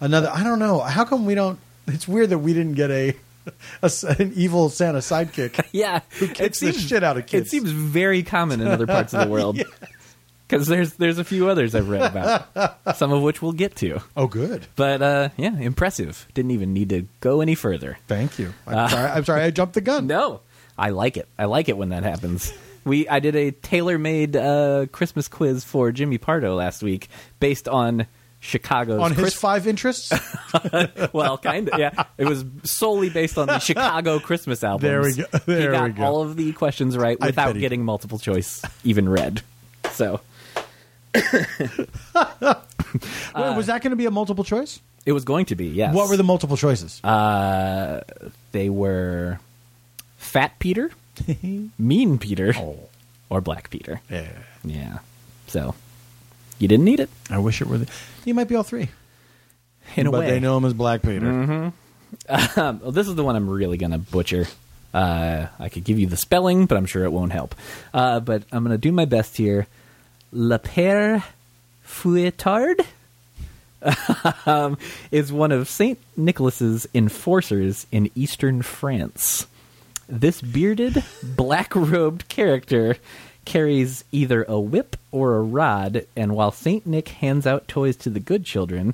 [SPEAKER 5] Another, I don't know. How come we don't? It's weird that we didn't get a, a s- an evil
[SPEAKER 4] [LAUGHS]
[SPEAKER 5] Santa sidekick.
[SPEAKER 4] Yeah,
[SPEAKER 5] Who kicks the shit out of
[SPEAKER 4] It
[SPEAKER 5] kids.
[SPEAKER 4] seems very common in other parts of
[SPEAKER 5] [LAUGHS]
[SPEAKER 4] the world. Because there's there's a few others I've read about, some of which we'll get to.
[SPEAKER 5] Oh, good.
[SPEAKER 4] But uh, yeah, impressive. Didn't even need to go any further.
[SPEAKER 5] Thank you. I'm, sorry, I'm sorry. I jumped the gun.
[SPEAKER 4] Uh, [LAUGHS] No, I like it. I like it when that happens. We I did a tailor-made uh, Christmas quiz for Jimmy Pardo last week based on Chicago's
[SPEAKER 5] On his
[SPEAKER 4] Christ- [LAUGHS]
[SPEAKER 5] five
[SPEAKER 4] Uh,
[SPEAKER 5] interests. [LAUGHS]
[SPEAKER 4] well, kind of. Yeah, it was solely based on the Chicago Christmas albums.
[SPEAKER 5] There we go.
[SPEAKER 4] he
[SPEAKER 5] There
[SPEAKER 4] got
[SPEAKER 5] we go.
[SPEAKER 4] all of the questions right
[SPEAKER 5] I bet
[SPEAKER 4] without
[SPEAKER 5] he
[SPEAKER 4] getting multiple choice even read. So
[SPEAKER 5] Wait, was that going to be a multiple choice?
[SPEAKER 4] it was going to be yes. Uh,
[SPEAKER 5] What were the multiple choices? [LAUGHS]
[SPEAKER 4] They were Fat Peter, Mean Peter,
[SPEAKER 5] Oh.
[SPEAKER 4] or Black Peter.
[SPEAKER 5] yeah.
[SPEAKER 4] Yeah. So you didn't need it
[SPEAKER 5] I wish it were. The, he might be all three.
[SPEAKER 4] in a
[SPEAKER 5] but
[SPEAKER 4] way. Mm-hmm.
[SPEAKER 5] they know him as Black Peter.
[SPEAKER 4] Um, well, this is the one I'm really gonna butcher. Uh, I could give you the spelling, but I'm sure it won't help. Uh, but I'm gonna do my best here. La Pere Fouettard [LAUGHS] um, is one of Saint Nicholas's enforcers in eastern France. This bearded, black-robed character carries either a whip or a rod, and while Saint Nick hands out toys to the good children,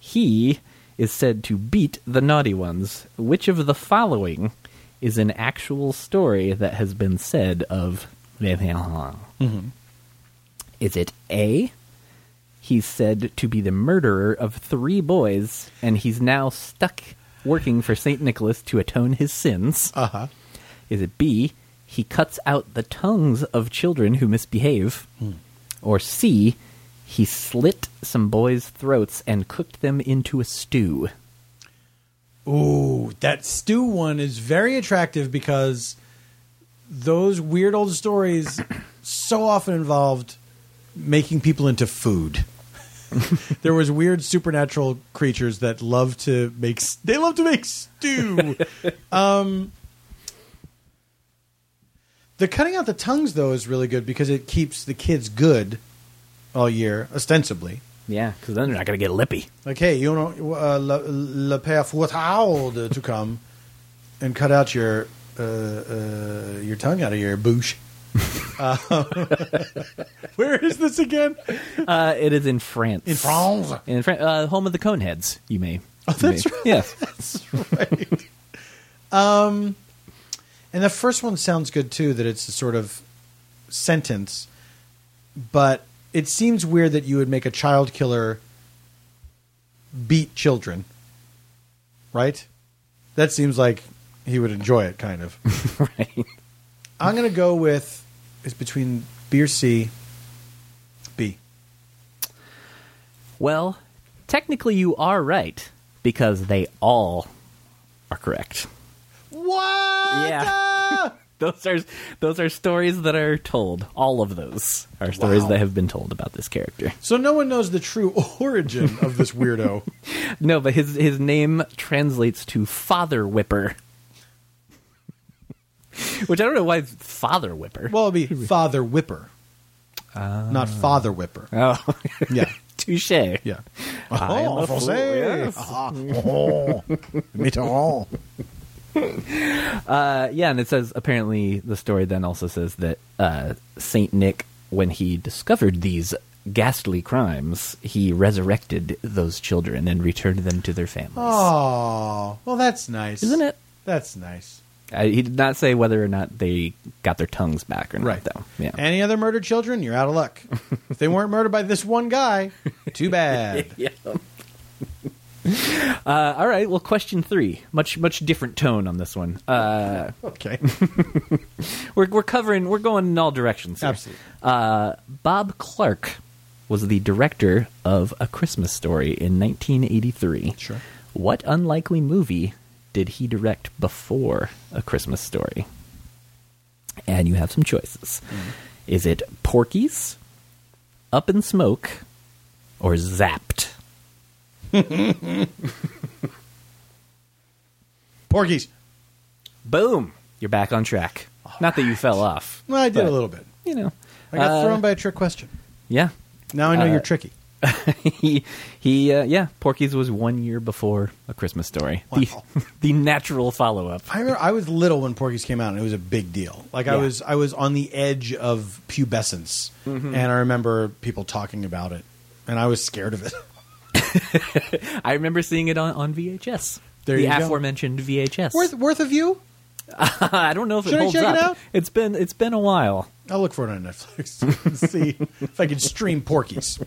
[SPEAKER 4] he is said to beat the naughty ones. Which of the following is an actual story that has been said of Is it A? He's said to be the murderer of three boys, and he's now stuck working for Saint Nicholas to atone his sins.
[SPEAKER 5] Uh huh.
[SPEAKER 4] Is it B, he cuts out the tongues of children who misbehave? Or C, he slit some boys' throats and cooked them into a stew?
[SPEAKER 5] Ooh, that stew one is very attractive because those weird old stories [CLEARS THROAT] so often involved making people into food. [LAUGHS] there was weird supernatural creatures that love to make s- they love to make stew. um, the cutting out the tongues though is really good because it keeps the kids good all year, ostensibly.
[SPEAKER 4] Yeah, because then they're not going to get lippy.
[SPEAKER 5] Like, hey, you know, uh, le, le père Fouettard to come and cut out your uh, uh, your tongue out of your bouche. Uh, [LAUGHS] where is this again?
[SPEAKER 4] [LAUGHS] Uh, it is in France.
[SPEAKER 5] In France.
[SPEAKER 4] In Fran- uh, home of the Coneheads, you may. Oh,
[SPEAKER 5] that's
[SPEAKER 4] right. Yes.
[SPEAKER 5] right. Um, and the first one sounds good too. That it's a sort of sentence, but it seems weird that you would make a child killer beat children, right? That seems like he would enjoy it, kind of.
[SPEAKER 4] [LAUGHS] right.
[SPEAKER 5] I'm gonna go with it's between B or C. B.
[SPEAKER 4] Well, technically, you are right because they all are correct.
[SPEAKER 5] What?
[SPEAKER 4] Yeah. Those are those are stories that are told. All of those are stories
[SPEAKER 5] Wow.
[SPEAKER 4] that have been told about this character.
[SPEAKER 5] [LAUGHS] So no one knows the true [LAUGHS] origin of
[SPEAKER 4] [LAUGHS]
[SPEAKER 5] this weirdo.
[SPEAKER 4] No, but his his name translates to Father Whipper, [LAUGHS] which I don't know why it's Father Whipper.
[SPEAKER 5] Well, it'd be Father Whipper, not Father Whipper.
[SPEAKER 4] Ah. oh,
[SPEAKER 5] [LAUGHS] Yeah,
[SPEAKER 4] touche. [LAUGHS]
[SPEAKER 5] yeah. Oh, [LAUGHS]
[SPEAKER 4] I am a fool, yes. [LAUGHS]
[SPEAKER 5] Ah, oh, Mitterrand.
[SPEAKER 4] Uh, yeah, and it says apparently the story then also says that uh, Saint Nick, when he discovered these ghastly crimes, he resurrected those children and returned them to their families.
[SPEAKER 5] Oh, well, that's nice,
[SPEAKER 4] Isn't it?
[SPEAKER 5] That's nice.
[SPEAKER 4] Uh, he did not say whether or not they got their tongues back or not,
[SPEAKER 5] Right.
[SPEAKER 4] though. Yeah.
[SPEAKER 5] Any other murdered children, you're out of luck. if they weren't murdered by this one guy, too bad.
[SPEAKER 4] [LAUGHS] yeah. uh, all right. Well, question three. Much much different tone on this one. Uh,
[SPEAKER 5] okay.
[SPEAKER 4] we're we're covering. We're going in all directions. Here.
[SPEAKER 5] Absolutely.
[SPEAKER 4] Uh, Bob Clark was the director of A Christmas Story in 1983.
[SPEAKER 5] Sure.
[SPEAKER 4] What unlikely movie did he direct before A Christmas Story? And you have some choices.
[SPEAKER 5] Mm-hmm.
[SPEAKER 4] Is it Porky's, Up in Smoke, or Zapped?
[SPEAKER 5] Porkies.
[SPEAKER 4] Boom! You're back on track. Not that you fell off.
[SPEAKER 5] Well, I did
[SPEAKER 4] but,
[SPEAKER 5] a little bit.
[SPEAKER 4] You know.
[SPEAKER 5] I got
[SPEAKER 4] Uh,
[SPEAKER 5] thrown by a trick question.
[SPEAKER 4] Yeah. [LAUGHS]
[SPEAKER 5] Now I know you're tricky.
[SPEAKER 4] he he uh, yeah porky's was one year before a christmas story the, [LAUGHS]
[SPEAKER 5] Wow.
[SPEAKER 4] the natural follow-up
[SPEAKER 5] I remember I was little when Porky's came out, and it was a big deal. Like I
[SPEAKER 4] Yeah.
[SPEAKER 5] was, I was on the edge of pubescence, and I remember people talking about it, and I was scared of it.
[SPEAKER 4] i remember seeing it on, on vhs
[SPEAKER 5] There
[SPEAKER 4] the
[SPEAKER 5] you go.
[SPEAKER 4] aforementioned vhs
[SPEAKER 5] [LAUGHS] worth worth of you?
[SPEAKER 4] [LAUGHS] i don't know if
[SPEAKER 5] Should
[SPEAKER 4] it
[SPEAKER 5] I
[SPEAKER 4] holds
[SPEAKER 5] check
[SPEAKER 4] up
[SPEAKER 5] it out?
[SPEAKER 4] has been it's been a while
[SPEAKER 5] I'll look for it on Netflix and [LAUGHS] see if I can stream Porky's.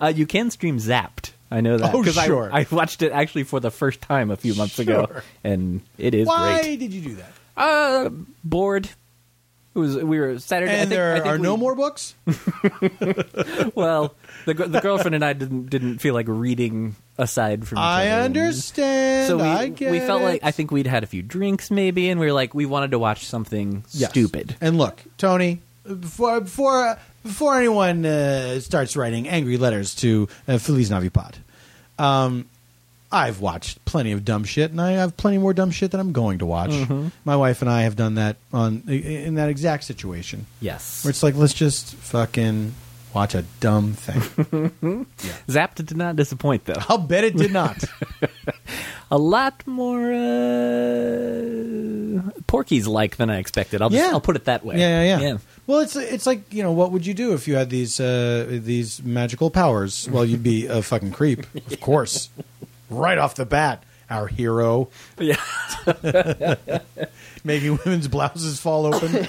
[SPEAKER 4] uh, you can stream zapped i know that
[SPEAKER 5] Oh,
[SPEAKER 4] 'cause I-
[SPEAKER 5] sure.
[SPEAKER 4] I, watched it actually for the first time a few months ago
[SPEAKER 5] Sure.
[SPEAKER 4] and it is
[SPEAKER 5] Why
[SPEAKER 4] great
[SPEAKER 5] did you do that?
[SPEAKER 4] uh bored it was we were saturday I
[SPEAKER 5] And
[SPEAKER 4] think,
[SPEAKER 5] there
[SPEAKER 4] I think
[SPEAKER 5] are
[SPEAKER 4] we-
[SPEAKER 5] no
[SPEAKER 4] [LAUGHS]
[SPEAKER 5] more books.
[SPEAKER 4] well the, gr- the girlfriend and i didn't didn't feel like reading aside from each
[SPEAKER 5] I
[SPEAKER 4] other.
[SPEAKER 5] understand.
[SPEAKER 4] so we,
[SPEAKER 5] I get
[SPEAKER 4] we felt
[SPEAKER 5] it.
[SPEAKER 4] like I think we'd had a few drinks maybe, and we were like we wanted to watch something
[SPEAKER 5] Yes.
[SPEAKER 4] stupid.
[SPEAKER 5] And look, Tony, before before before anyone uh, starts writing angry letters to uh, Feliz Navipod, um, I've watched plenty of dumb shit, and I have plenty more dumb shit that I'm going to watch. My wife and I have done that on in that exact situation
[SPEAKER 4] Yes,
[SPEAKER 5] where it's like let's just fucking watch a dumb thing.
[SPEAKER 4] Zapped did not disappoint though.
[SPEAKER 5] I'll bet it did not.
[SPEAKER 4] A lot more uh, Porky's like than I expected. I'll just,
[SPEAKER 5] Yeah.
[SPEAKER 4] I'll put it that way.
[SPEAKER 5] Yeah, yeah, yeah. Well, it's it's like you know, what would you do if you had these uh, these magical powers? Well, you'd be a fucking creep, of course, right off the bat. Our hero,
[SPEAKER 4] Yeah.
[SPEAKER 5] [LAUGHS] making women's blouses fall open.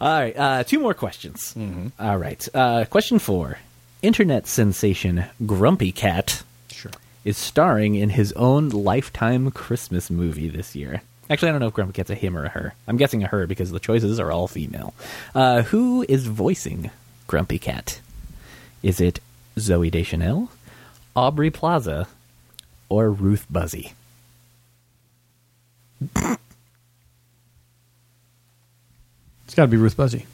[SPEAKER 4] All right, uh, two more questions.
[SPEAKER 5] Mm-hmm.
[SPEAKER 4] All right, uh, question four: Internet sensation Grumpy Cat
[SPEAKER 5] [COUGHS] sure.
[SPEAKER 4] is starring in his own lifetime Christmas movie this year. Actually, I don't know if Grumpy Cat's a him or a her. I'm guessing a her because the choices are all female. Uh, who is voicing Grumpy Cat? Is it Zoe Deschanel, Aubrey Plaza, or Ruth Buzzy?
[SPEAKER 5] It's got to be Ruth Buzzy.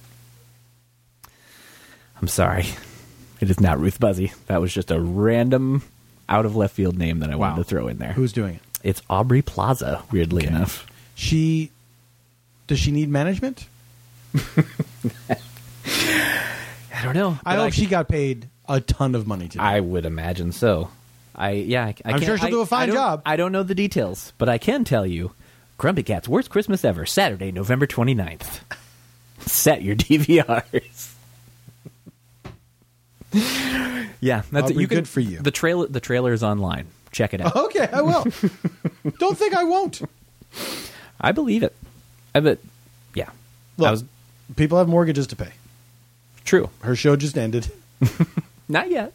[SPEAKER 4] I'm sorry. [LAUGHS] It is not Ruth Buzzy. That was just a random, out of left field name that I wanted
[SPEAKER 5] Wow.
[SPEAKER 4] to throw in there.
[SPEAKER 5] Who's doing it?
[SPEAKER 4] it's Aubrey Plaza, weirdly enough.
[SPEAKER 5] She does she need management?
[SPEAKER 4] I don't know. but
[SPEAKER 5] I hope
[SPEAKER 4] could-
[SPEAKER 5] she got paid a ton of money today.
[SPEAKER 4] I would imagine so. I yeah. I, I
[SPEAKER 5] I'm
[SPEAKER 4] can't-
[SPEAKER 5] sure she'll
[SPEAKER 4] I-
[SPEAKER 5] do a fine
[SPEAKER 4] I don't-
[SPEAKER 5] job.
[SPEAKER 4] I don't know the details, but I can tell you, Grumpy Cat's worst Christmas ever. Saturday, November 29th. [LAUGHS] Set your DVRs. yeah, that's
[SPEAKER 5] Aubrey,
[SPEAKER 4] you can,
[SPEAKER 5] good for you.
[SPEAKER 4] The trailer, the trailer is online. Check it out.
[SPEAKER 5] [LAUGHS] okay, I [LAUGHS] will. Don't think I won't. Uh-huh.
[SPEAKER 4] I believe it. I bet. Yeah,
[SPEAKER 5] Look,
[SPEAKER 4] that was
[SPEAKER 5] people have mortgages to pay.
[SPEAKER 4] true.
[SPEAKER 5] Her show just ended.
[SPEAKER 4] Not yet.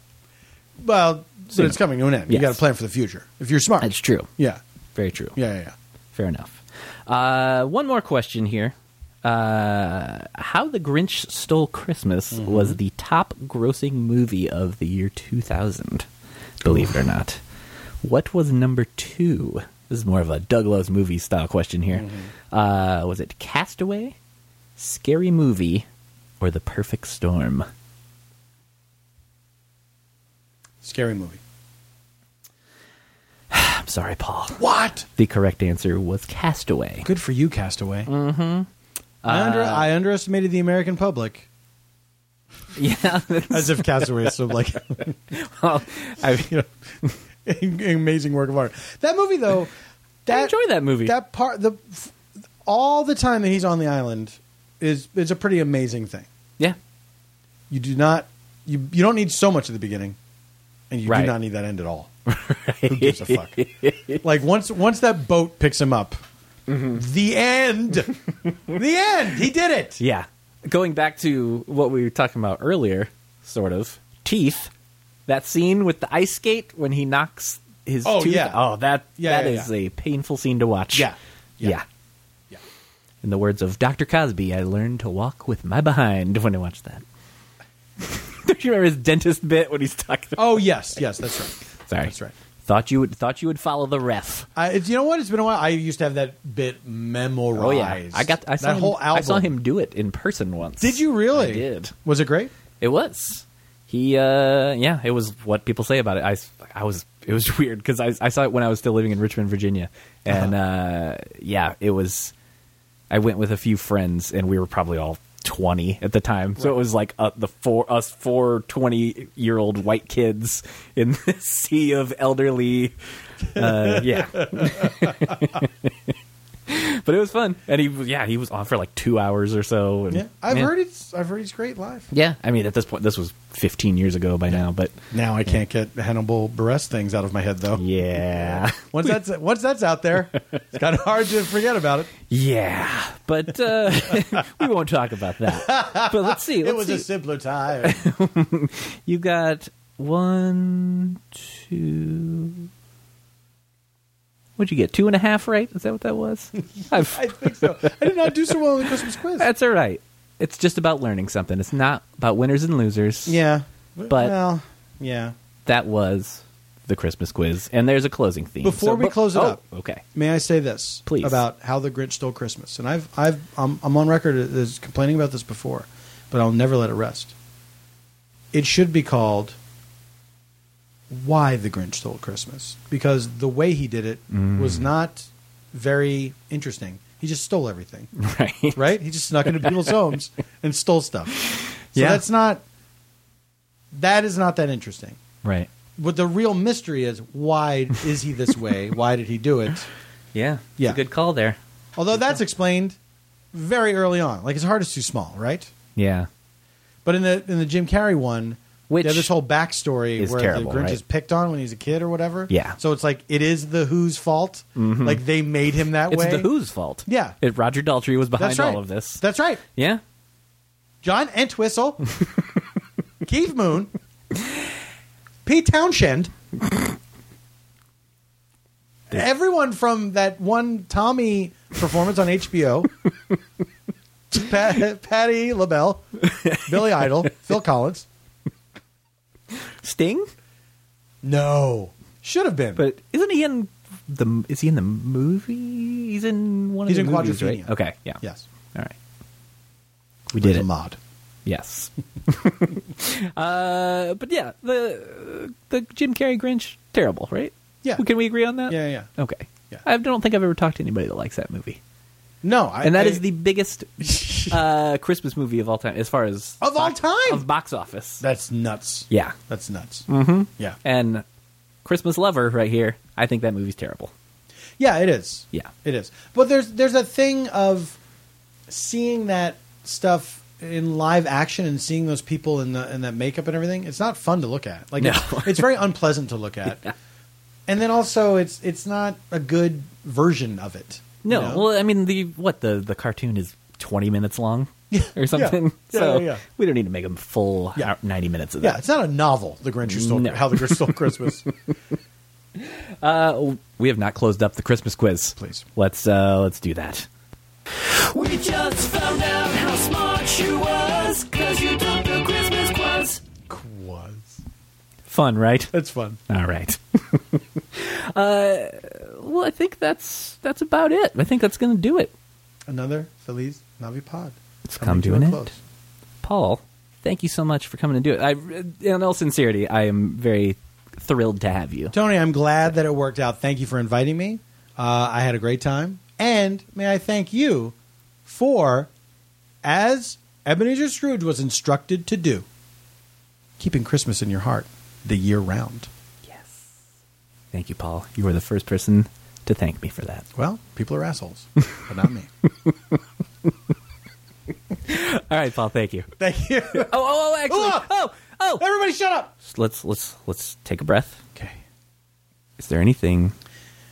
[SPEAKER 5] Well,
[SPEAKER 4] Soon.
[SPEAKER 5] but it's coming to an end. You
[SPEAKER 4] Yes.
[SPEAKER 5] got to plan for the future if you're smart.
[SPEAKER 4] That's true.
[SPEAKER 5] Yeah,
[SPEAKER 4] Very true.
[SPEAKER 5] yeah, yeah. yeah.
[SPEAKER 4] Fair enough. Uh, one more question here. Uh, How the Grinch Stole Christmas
[SPEAKER 5] Mm-hmm.
[SPEAKER 4] was the top grossing movie of the year 2000, believe it or not. What was number two? This is more of a Douglas movie style question here.
[SPEAKER 5] Mm-hmm.
[SPEAKER 4] Uh, was it Castaway, Scary Movie, or The Perfect Storm?
[SPEAKER 5] Scary movie.
[SPEAKER 4] I'm sorry, Paul.
[SPEAKER 5] What?
[SPEAKER 4] The correct answer was
[SPEAKER 5] [LAUGHS]
[SPEAKER 4] Castaway. Uh,
[SPEAKER 5] Good for you, Castaway. Mm-hmm. I, under, I underestimated the American
[SPEAKER 4] [LAUGHS]
[SPEAKER 5] public.
[SPEAKER 4] Yeah.
[SPEAKER 5] As if Castaway is some like
[SPEAKER 4] [LAUGHS] I mean,
[SPEAKER 5] [LAUGHS] you know, amazing work of art. That movie, though,
[SPEAKER 4] I enjoy that movie.
[SPEAKER 5] That part, the f- all the time that he's on the island is is a pretty amazing thing.
[SPEAKER 4] yeah,
[SPEAKER 5] You do not you you don't need so much at the beginning, and you
[SPEAKER 4] Right.
[SPEAKER 5] do not need that end at
[SPEAKER 4] [LAUGHS]
[SPEAKER 5] all. Who gives a fuck? like once once that boat picks him up,
[SPEAKER 4] Mm-hmm.
[SPEAKER 5] the end, the end. He did it.
[SPEAKER 4] yeah. Going back to what we were talking about earlier, sort of teeth. That scene with the ice skate when he knocks his
[SPEAKER 5] Oh,
[SPEAKER 4] tooth.
[SPEAKER 5] yeah.
[SPEAKER 4] Oh, that
[SPEAKER 5] Yeah,
[SPEAKER 4] that
[SPEAKER 5] yeah,
[SPEAKER 4] is
[SPEAKER 5] yeah.
[SPEAKER 4] a painful scene to watch.
[SPEAKER 5] Yeah.
[SPEAKER 4] yeah.
[SPEAKER 5] Yeah.
[SPEAKER 4] Yeah. In the words of Dr. Cosby, I learned to walk with my behind when I watched that. [LAUGHS] Don't you remember his dentist bit when he's talking? About-
[SPEAKER 5] Oh yes, yes, that's right.
[SPEAKER 4] Sorry,
[SPEAKER 5] [LAUGHS] that's right.
[SPEAKER 4] Thought you would thought you would follow the ref.
[SPEAKER 5] I, it's, you know what? It's been a while. I used to have that bit memorized.
[SPEAKER 4] Oh yeah, I got I saw
[SPEAKER 5] that
[SPEAKER 4] him,
[SPEAKER 5] whole album.
[SPEAKER 4] I saw him do it in person once.
[SPEAKER 5] Did you really?
[SPEAKER 4] I did.
[SPEAKER 5] Was it great?
[SPEAKER 4] It was. He, uh, yeah, it was what people say about it. I, I was, it was [LAUGHS] weird because I, I saw it when I was still living in Richmond, Virginia,
[SPEAKER 5] Uh-huh.
[SPEAKER 4] and uh yeah, it was. I went with a few friends, and we were probably all twenty at the time, so it was like uh, the four us four 20 year old white kids in [LAUGHS] this sea of elderly. Uh,
[SPEAKER 5] [LAUGHS]
[SPEAKER 4] yeah, but it was fun, and he, was- yeah, he was on for like two hours or so. And,
[SPEAKER 5] Yeah, I've
[SPEAKER 4] yeah.
[SPEAKER 5] heard it's. I've heard he's great live.
[SPEAKER 4] Yeah, I mean, at this point, this was 15 years ago by now, but
[SPEAKER 5] Now I can't get Hannibal Buress things out of my head though.
[SPEAKER 4] yeah,
[SPEAKER 5] Once that's once that's out there, it's kind of hard to forget about it.
[SPEAKER 4] yeah. But uh, [LAUGHS] we won't talk about that. But let's see. Let's
[SPEAKER 5] it was
[SPEAKER 4] see.
[SPEAKER 5] a simpler time.
[SPEAKER 4] you got one, two. What'd you get? Two and a half, right? Is that what that was?
[SPEAKER 5] [LAUGHS]
[SPEAKER 4] I've,
[SPEAKER 5] [LAUGHS] I think so. I did not do so well on the Christmas quiz.
[SPEAKER 4] that's all right. It's just about learning something. It's not about winners and losers.
[SPEAKER 5] yeah,
[SPEAKER 4] But-
[SPEAKER 5] well, yeah.
[SPEAKER 4] That was the Christmas quiz, and there's a closing theme.
[SPEAKER 5] Before we
[SPEAKER 4] but-
[SPEAKER 5] close it
[SPEAKER 4] oh,
[SPEAKER 5] up.
[SPEAKER 4] okay.
[SPEAKER 5] May I say this,
[SPEAKER 4] Please.
[SPEAKER 5] about how the Grinch stole Christmas? And I've, I've, I'm, I'm on record as complaining about this before, but I'll never let it rest. It should be called "Why the Grinch Stole Christmas" because the way he did it was
[SPEAKER 4] Mm.
[SPEAKER 5] not very interesting. He just stole everything,
[SPEAKER 4] Right.
[SPEAKER 5] right? He just
[SPEAKER 4] [LAUGHS]
[SPEAKER 5] snuck into people's homes and stole stuff. So
[SPEAKER 4] Yeah.
[SPEAKER 5] that's not. That is not that interesting
[SPEAKER 4] Right.
[SPEAKER 5] what the real mystery is why is he this way why did he do it
[SPEAKER 4] Yeah. It's
[SPEAKER 5] Yeah.
[SPEAKER 4] A good call there.
[SPEAKER 5] although that's explained very early on like his heart is too small right
[SPEAKER 4] Yeah.
[SPEAKER 5] but in the in the jim carrey one
[SPEAKER 4] Which
[SPEAKER 5] they have this whole backstory
[SPEAKER 4] is
[SPEAKER 5] where
[SPEAKER 4] terrible,
[SPEAKER 5] the grinch
[SPEAKER 4] right?
[SPEAKER 5] is picked on when he's a kid or whatever
[SPEAKER 4] Yeah. Mm-hmm.
[SPEAKER 5] so it's like it is the who's fault like they made him that
[SPEAKER 4] It's
[SPEAKER 5] way
[SPEAKER 4] the Who's fault.
[SPEAKER 5] Yeah.
[SPEAKER 4] It, Roger Daltrey was behind
[SPEAKER 5] that's right
[SPEAKER 4] all of this.
[SPEAKER 5] that's right
[SPEAKER 4] yeah.
[SPEAKER 5] john entwistle keith moon pete townshend everyone from that one Tommy performance on HBO, Pat, Patty LaBelle, Billy Idol, Phil Collins.
[SPEAKER 4] Sting?
[SPEAKER 5] No, should have been.
[SPEAKER 4] But isn't he in the is he in the movie? He's in one of
[SPEAKER 5] He's
[SPEAKER 4] the
[SPEAKER 5] in
[SPEAKER 4] movies, right?
[SPEAKER 5] Quadrophenia.
[SPEAKER 4] Okay, yeah.
[SPEAKER 5] yes,
[SPEAKER 4] All right. We did
[SPEAKER 5] There's
[SPEAKER 4] it.
[SPEAKER 5] a mod.
[SPEAKER 4] Yes. [LAUGHS] uh, but yeah, the the Jim Carrey Grinch terrible, right?
[SPEAKER 5] Yeah.
[SPEAKER 4] Can we agree on that?
[SPEAKER 5] Yeah, yeah.
[SPEAKER 4] Okay.
[SPEAKER 5] Yeah.
[SPEAKER 4] I don't think I've ever talked to anybody that likes that movie.
[SPEAKER 5] No, I,
[SPEAKER 4] and that
[SPEAKER 5] I-
[SPEAKER 4] is the [LAUGHS] biggest uh, Christmas movie of all time as far as
[SPEAKER 5] Of all
[SPEAKER 4] box-
[SPEAKER 5] time?
[SPEAKER 4] of box office.
[SPEAKER 5] [LAUGHS] that's nuts.
[SPEAKER 4] yeah.
[SPEAKER 5] that's nuts. Mm-hmm. Yeah,
[SPEAKER 4] and Christmas Lover right here. I think that movie's terrible.
[SPEAKER 5] yeah, it is.
[SPEAKER 4] Yeah.
[SPEAKER 5] it is. But there's there's a thing of seeing that stuff in live action and seeing those people in the in that makeup and everything. It's not fun to look at. Like
[SPEAKER 4] No.
[SPEAKER 5] it's, it's very unpleasant to
[SPEAKER 4] [LAUGHS]
[SPEAKER 5] look at. And then also, it's it's not a good version of it. you
[SPEAKER 4] No,
[SPEAKER 5] know?
[SPEAKER 4] well, I mean the what the the cartoon is twenty minutes long [LAUGHS] or something.
[SPEAKER 5] Yeah,
[SPEAKER 4] so
[SPEAKER 5] yeah, yeah.
[SPEAKER 4] we don't need to make them full
[SPEAKER 5] Yeah.
[SPEAKER 4] hou- ninety minutes of
[SPEAKER 5] yeah,
[SPEAKER 4] that.
[SPEAKER 5] it's not a novel. The Grinch Who Stole
[SPEAKER 4] No.
[SPEAKER 5] How the Grinch
[SPEAKER 4] [LAUGHS]
[SPEAKER 5] Stole Christmas.
[SPEAKER 4] Uh, we have not closed up the Christmas quiz.
[SPEAKER 5] Please.
[SPEAKER 4] let's uh, let's do that.
[SPEAKER 2] We just found out how smart she was, cause you took the Christmas quiz.
[SPEAKER 5] Was
[SPEAKER 4] Fun,
[SPEAKER 5] [LAUGHS]
[SPEAKER 4] right?
[SPEAKER 5] that's fun.
[SPEAKER 4] All right. [LAUGHS] uh, well, I think that's that's about it. I think that's going to do it.
[SPEAKER 5] Another Feliz Navi Pod.
[SPEAKER 4] It's come to an end. Paul, thank you so much for coming to do it. I, in all sincerity, I am very thrilled to have you.
[SPEAKER 5] Tony, I'm glad that it worked out. Thank you for inviting me. Uh, I had a great time. And may I thank you for, as Ebenezer Scrooge was instructed to do, keeping Christmas in your heart the year round.
[SPEAKER 4] Thank you, Paul. You were the first person to to thank me for that.
[SPEAKER 5] Well, people are assholes, but not me.
[SPEAKER 4] [LAUGHS] All right, Paul. Thank you.
[SPEAKER 5] Thank you.
[SPEAKER 4] Oh, oh, oh actually,
[SPEAKER 5] Ugh!
[SPEAKER 4] oh, oh.
[SPEAKER 5] Everybody, shut up.
[SPEAKER 4] Let's let's let's take a breath.
[SPEAKER 5] Okay.
[SPEAKER 4] Is there anything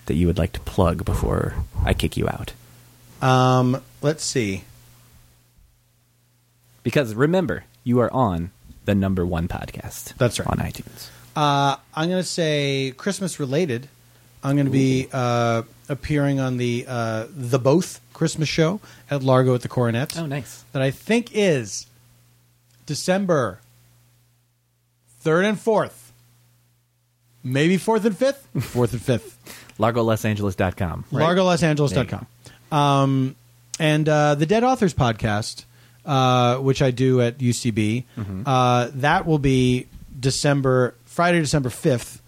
[SPEAKER 4] that you would like to plug before I kick you out?
[SPEAKER 5] Um, let's see.
[SPEAKER 4] Because remember, you are on the number one podcast.
[SPEAKER 5] That's right.
[SPEAKER 4] on iTunes.
[SPEAKER 5] Uh, I'm going to say Christmas related. I'm going to be uh, appearing on the uh, the Both Christmas show at Largo at the Coronet.
[SPEAKER 4] Oh, nice.
[SPEAKER 5] That I think is December third and fourth, maybe fourth and fifth, fourth and fifth. [LAUGHS]
[SPEAKER 4] LargoLosAngeles.com. Right?
[SPEAKER 5] largolosangeles.com. Um, and uh, the Dead Authors podcast, uh, which I do at UCB, uh, that will be December Friday, December fifth.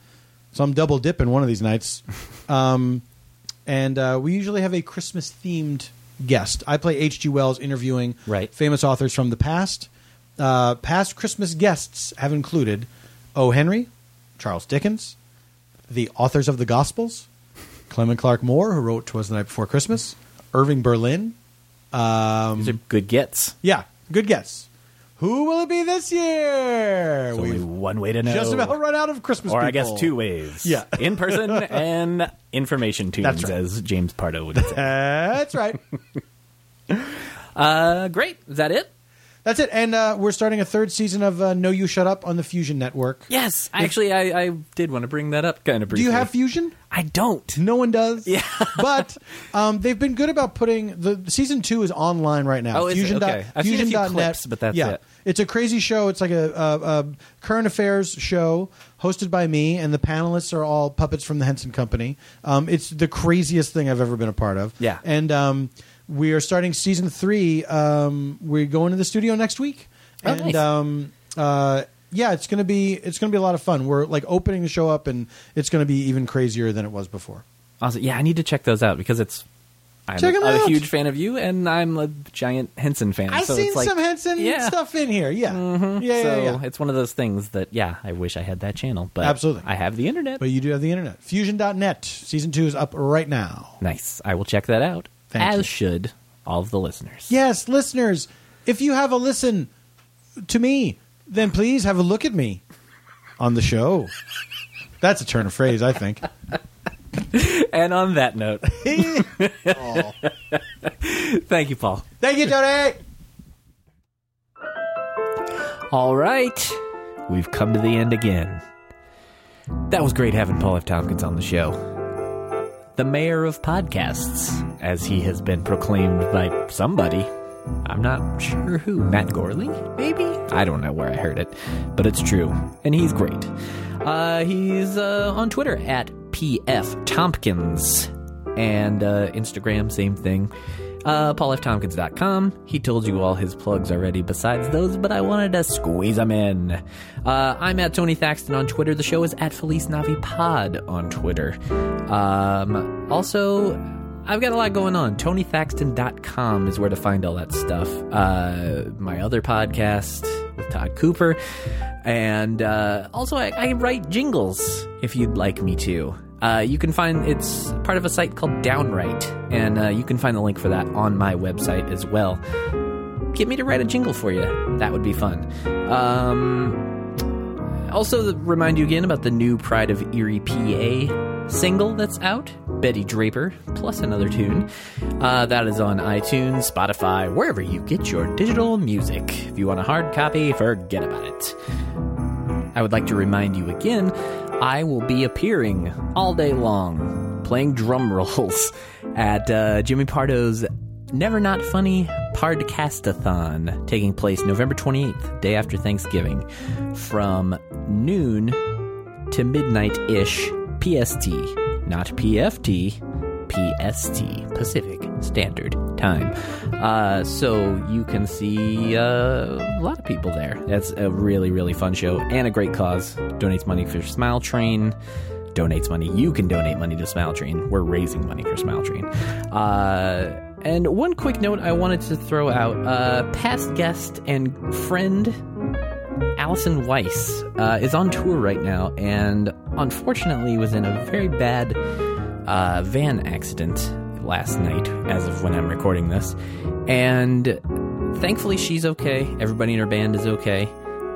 [SPEAKER 5] So I'm double dipping one of these nights. Um, and uh, we usually have a Christmas themed guest. I play H.G. Wells interviewing
[SPEAKER 4] Right.
[SPEAKER 5] famous authors from the past. Uh, past Christmas guests have included O. Henry, Charles Dickens, the authors of the Gospels, Clement Clark Moore, who wrote "Twas the Night Before Christmas," Irving Berlin. Um,
[SPEAKER 4] These are good gets.
[SPEAKER 5] Yeah, good guess. Who will it be this year?
[SPEAKER 4] There's only
[SPEAKER 5] We've
[SPEAKER 4] one way to know.
[SPEAKER 5] just about run out of Christmas.
[SPEAKER 4] or I
[SPEAKER 5] people.
[SPEAKER 4] guess two ways.
[SPEAKER 5] Yeah.
[SPEAKER 4] [LAUGHS] in person
[SPEAKER 5] [LAUGHS]
[SPEAKER 4] and information tunes,
[SPEAKER 5] That's right.
[SPEAKER 4] as James Pardo would say.
[SPEAKER 5] [LAUGHS]
[SPEAKER 4] [LAUGHS]
[SPEAKER 5] That's right.
[SPEAKER 4] uh, great. Is that it?
[SPEAKER 5] That's it. And uh, we're starting a third season of uh, "No You Shut Up" on the Fusion Network.
[SPEAKER 4] Yes. Actually, I, I did want to bring that up kind of
[SPEAKER 5] Do
[SPEAKER 4] briefly.
[SPEAKER 5] you have Fusion?
[SPEAKER 4] I don't.
[SPEAKER 5] No one does. Yeah. but um, they've been good about putting the season two is online right now.
[SPEAKER 4] Oh, is it?
[SPEAKER 5] Fusion. dot-
[SPEAKER 4] Okay. I've seen a few
[SPEAKER 5] fusion dot net.
[SPEAKER 4] clips, but that's
[SPEAKER 5] yeah.
[SPEAKER 4] it.
[SPEAKER 5] It's a crazy show. It's like a, a, a current affairs show hosted by me, and the panelists are all puppets from the Henson Company. Um, it's the craziest thing I've ever been a part of.
[SPEAKER 4] Yeah.
[SPEAKER 5] And um, we are starting season three. Um, we're going to the studio next week,
[SPEAKER 4] Oh,
[SPEAKER 5] and
[SPEAKER 4] nice.
[SPEAKER 5] um, uh, yeah, it's gonna be it's gonna be a lot of fun. We're like opening the show up, and it's gonna be even crazier than it was before.
[SPEAKER 4] Also, yeah, I need to check those out because it's. I'm
[SPEAKER 5] Check 'em
[SPEAKER 4] a, a
[SPEAKER 5] out.
[SPEAKER 4] huge fan of you, and I'm a giant Henson fan.
[SPEAKER 5] I've
[SPEAKER 4] so
[SPEAKER 5] seen
[SPEAKER 4] it's like,
[SPEAKER 5] some Henson
[SPEAKER 4] yeah. Mm-hmm.
[SPEAKER 5] stuff in here. Yeah. Yeah,
[SPEAKER 4] so
[SPEAKER 5] yeah, yeah.
[SPEAKER 4] it's one of those things that, yeah, I wish I had that channel, but
[SPEAKER 5] Absolutely.
[SPEAKER 4] I have the internet.
[SPEAKER 5] But you do have the internet. Fusion.net. Season two is up right now.
[SPEAKER 4] nice. I will check that out.
[SPEAKER 5] Thank
[SPEAKER 4] as
[SPEAKER 5] you.
[SPEAKER 4] should all of the listeners.
[SPEAKER 5] Yes, listeners, if you have a listen to me, then please have a look at me on the show. That's a turn of phrase, I think.
[SPEAKER 4] And on that
[SPEAKER 5] [LAUGHS]
[SPEAKER 4] note, [LAUGHS] thank you, Paul.
[SPEAKER 5] Thank you, Tony.
[SPEAKER 4] All right, we've come to the end again. That was great having Paul F. Tompkins on the show. The mayor of podcasts, as he has been proclaimed by somebody. I'm not sure who. Matt Gorley, maybe? I don't know where I heard it, but it's true. And he's great. Uh, he's uh, on Twitter at PF Tompkins and uh, Instagram, same thing. Uh, PaulFTompkins.com. He told you all his plugs already besides those, but I wanted to squeeze them in. Uh, I'm at Tony Thaxton on Twitter. The show is at Felice Navi Pod on Twitter. Um, also, I've got a lot going on. TonyThaxton.com is where to find all that stuff. Uh, my other podcast with Todd Cooper. And uh, also, I, I write jingles if you'd like me to. Uh, you can find it's part of a site called Downright, and uh, you can find the link for that on my website as well. Get me to write a jingle for you. That would be fun. Um, also, th- remind you again about the new Pride of Erie, PA single that's out Betty Draper, plus another tune. Uh, that is on iTunes, Spotify, wherever you get your digital music. If you want a hard copy, forget about it. I would like to remind you again I will be appearing all day long, playing drum [LAUGHS] rolls at uh, Jimmy Pardo's Never Not Funny Podcastathon, taking place November 28th, day after Thanksgiving, from noon to midnight ish PST, not PFT, PST, Pacific Standard Time. Uh, so you can see uh, a lot of people there. That's a really, really fun show and a great cause. Donates money for Smile Train. Donates money. You can donate money to Smile Train. We're raising money for Smile Train. Uh, and one quick note I wanted to throw out uh, past guest and friend Allison Weiss uh, is on tour right now and unfortunately was in a very bad uh, van accident last night, as of when I'm recording this. And thankfully, she's okay. Everybody in her band is okay.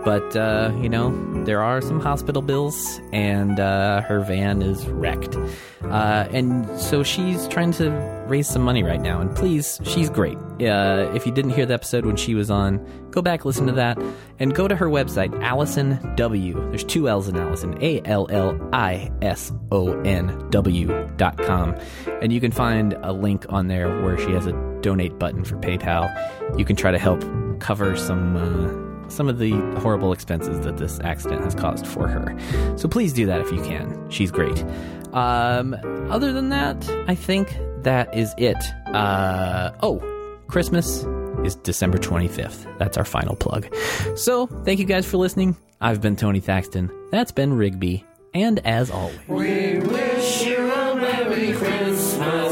[SPEAKER 4] But, uh, you know, there are some hospital bills, and uh, her van is wrecked. Uh, and so she's trying to raise some money right now. And please, she's great. Uh, if you didn't hear the episode when she was on, go back, listen to that, and go to her website, Allison W. There's two L's in Allison, A L L I S O N W dot com. And you can find a link on there where she has a donate button for PayPal. You can try to help cover some. Uh, some of the horrible expenses that this accident has caused for her. So please do that if you can. She's great. Um, other than that, I think that is it. Uh, oh, Christmas is December 25th. That's our final plug. So thank you guys for listening. I've been Tony Thaxton. That's Ben Rigby. And as always,
[SPEAKER 2] Wish you a Merry Christmas.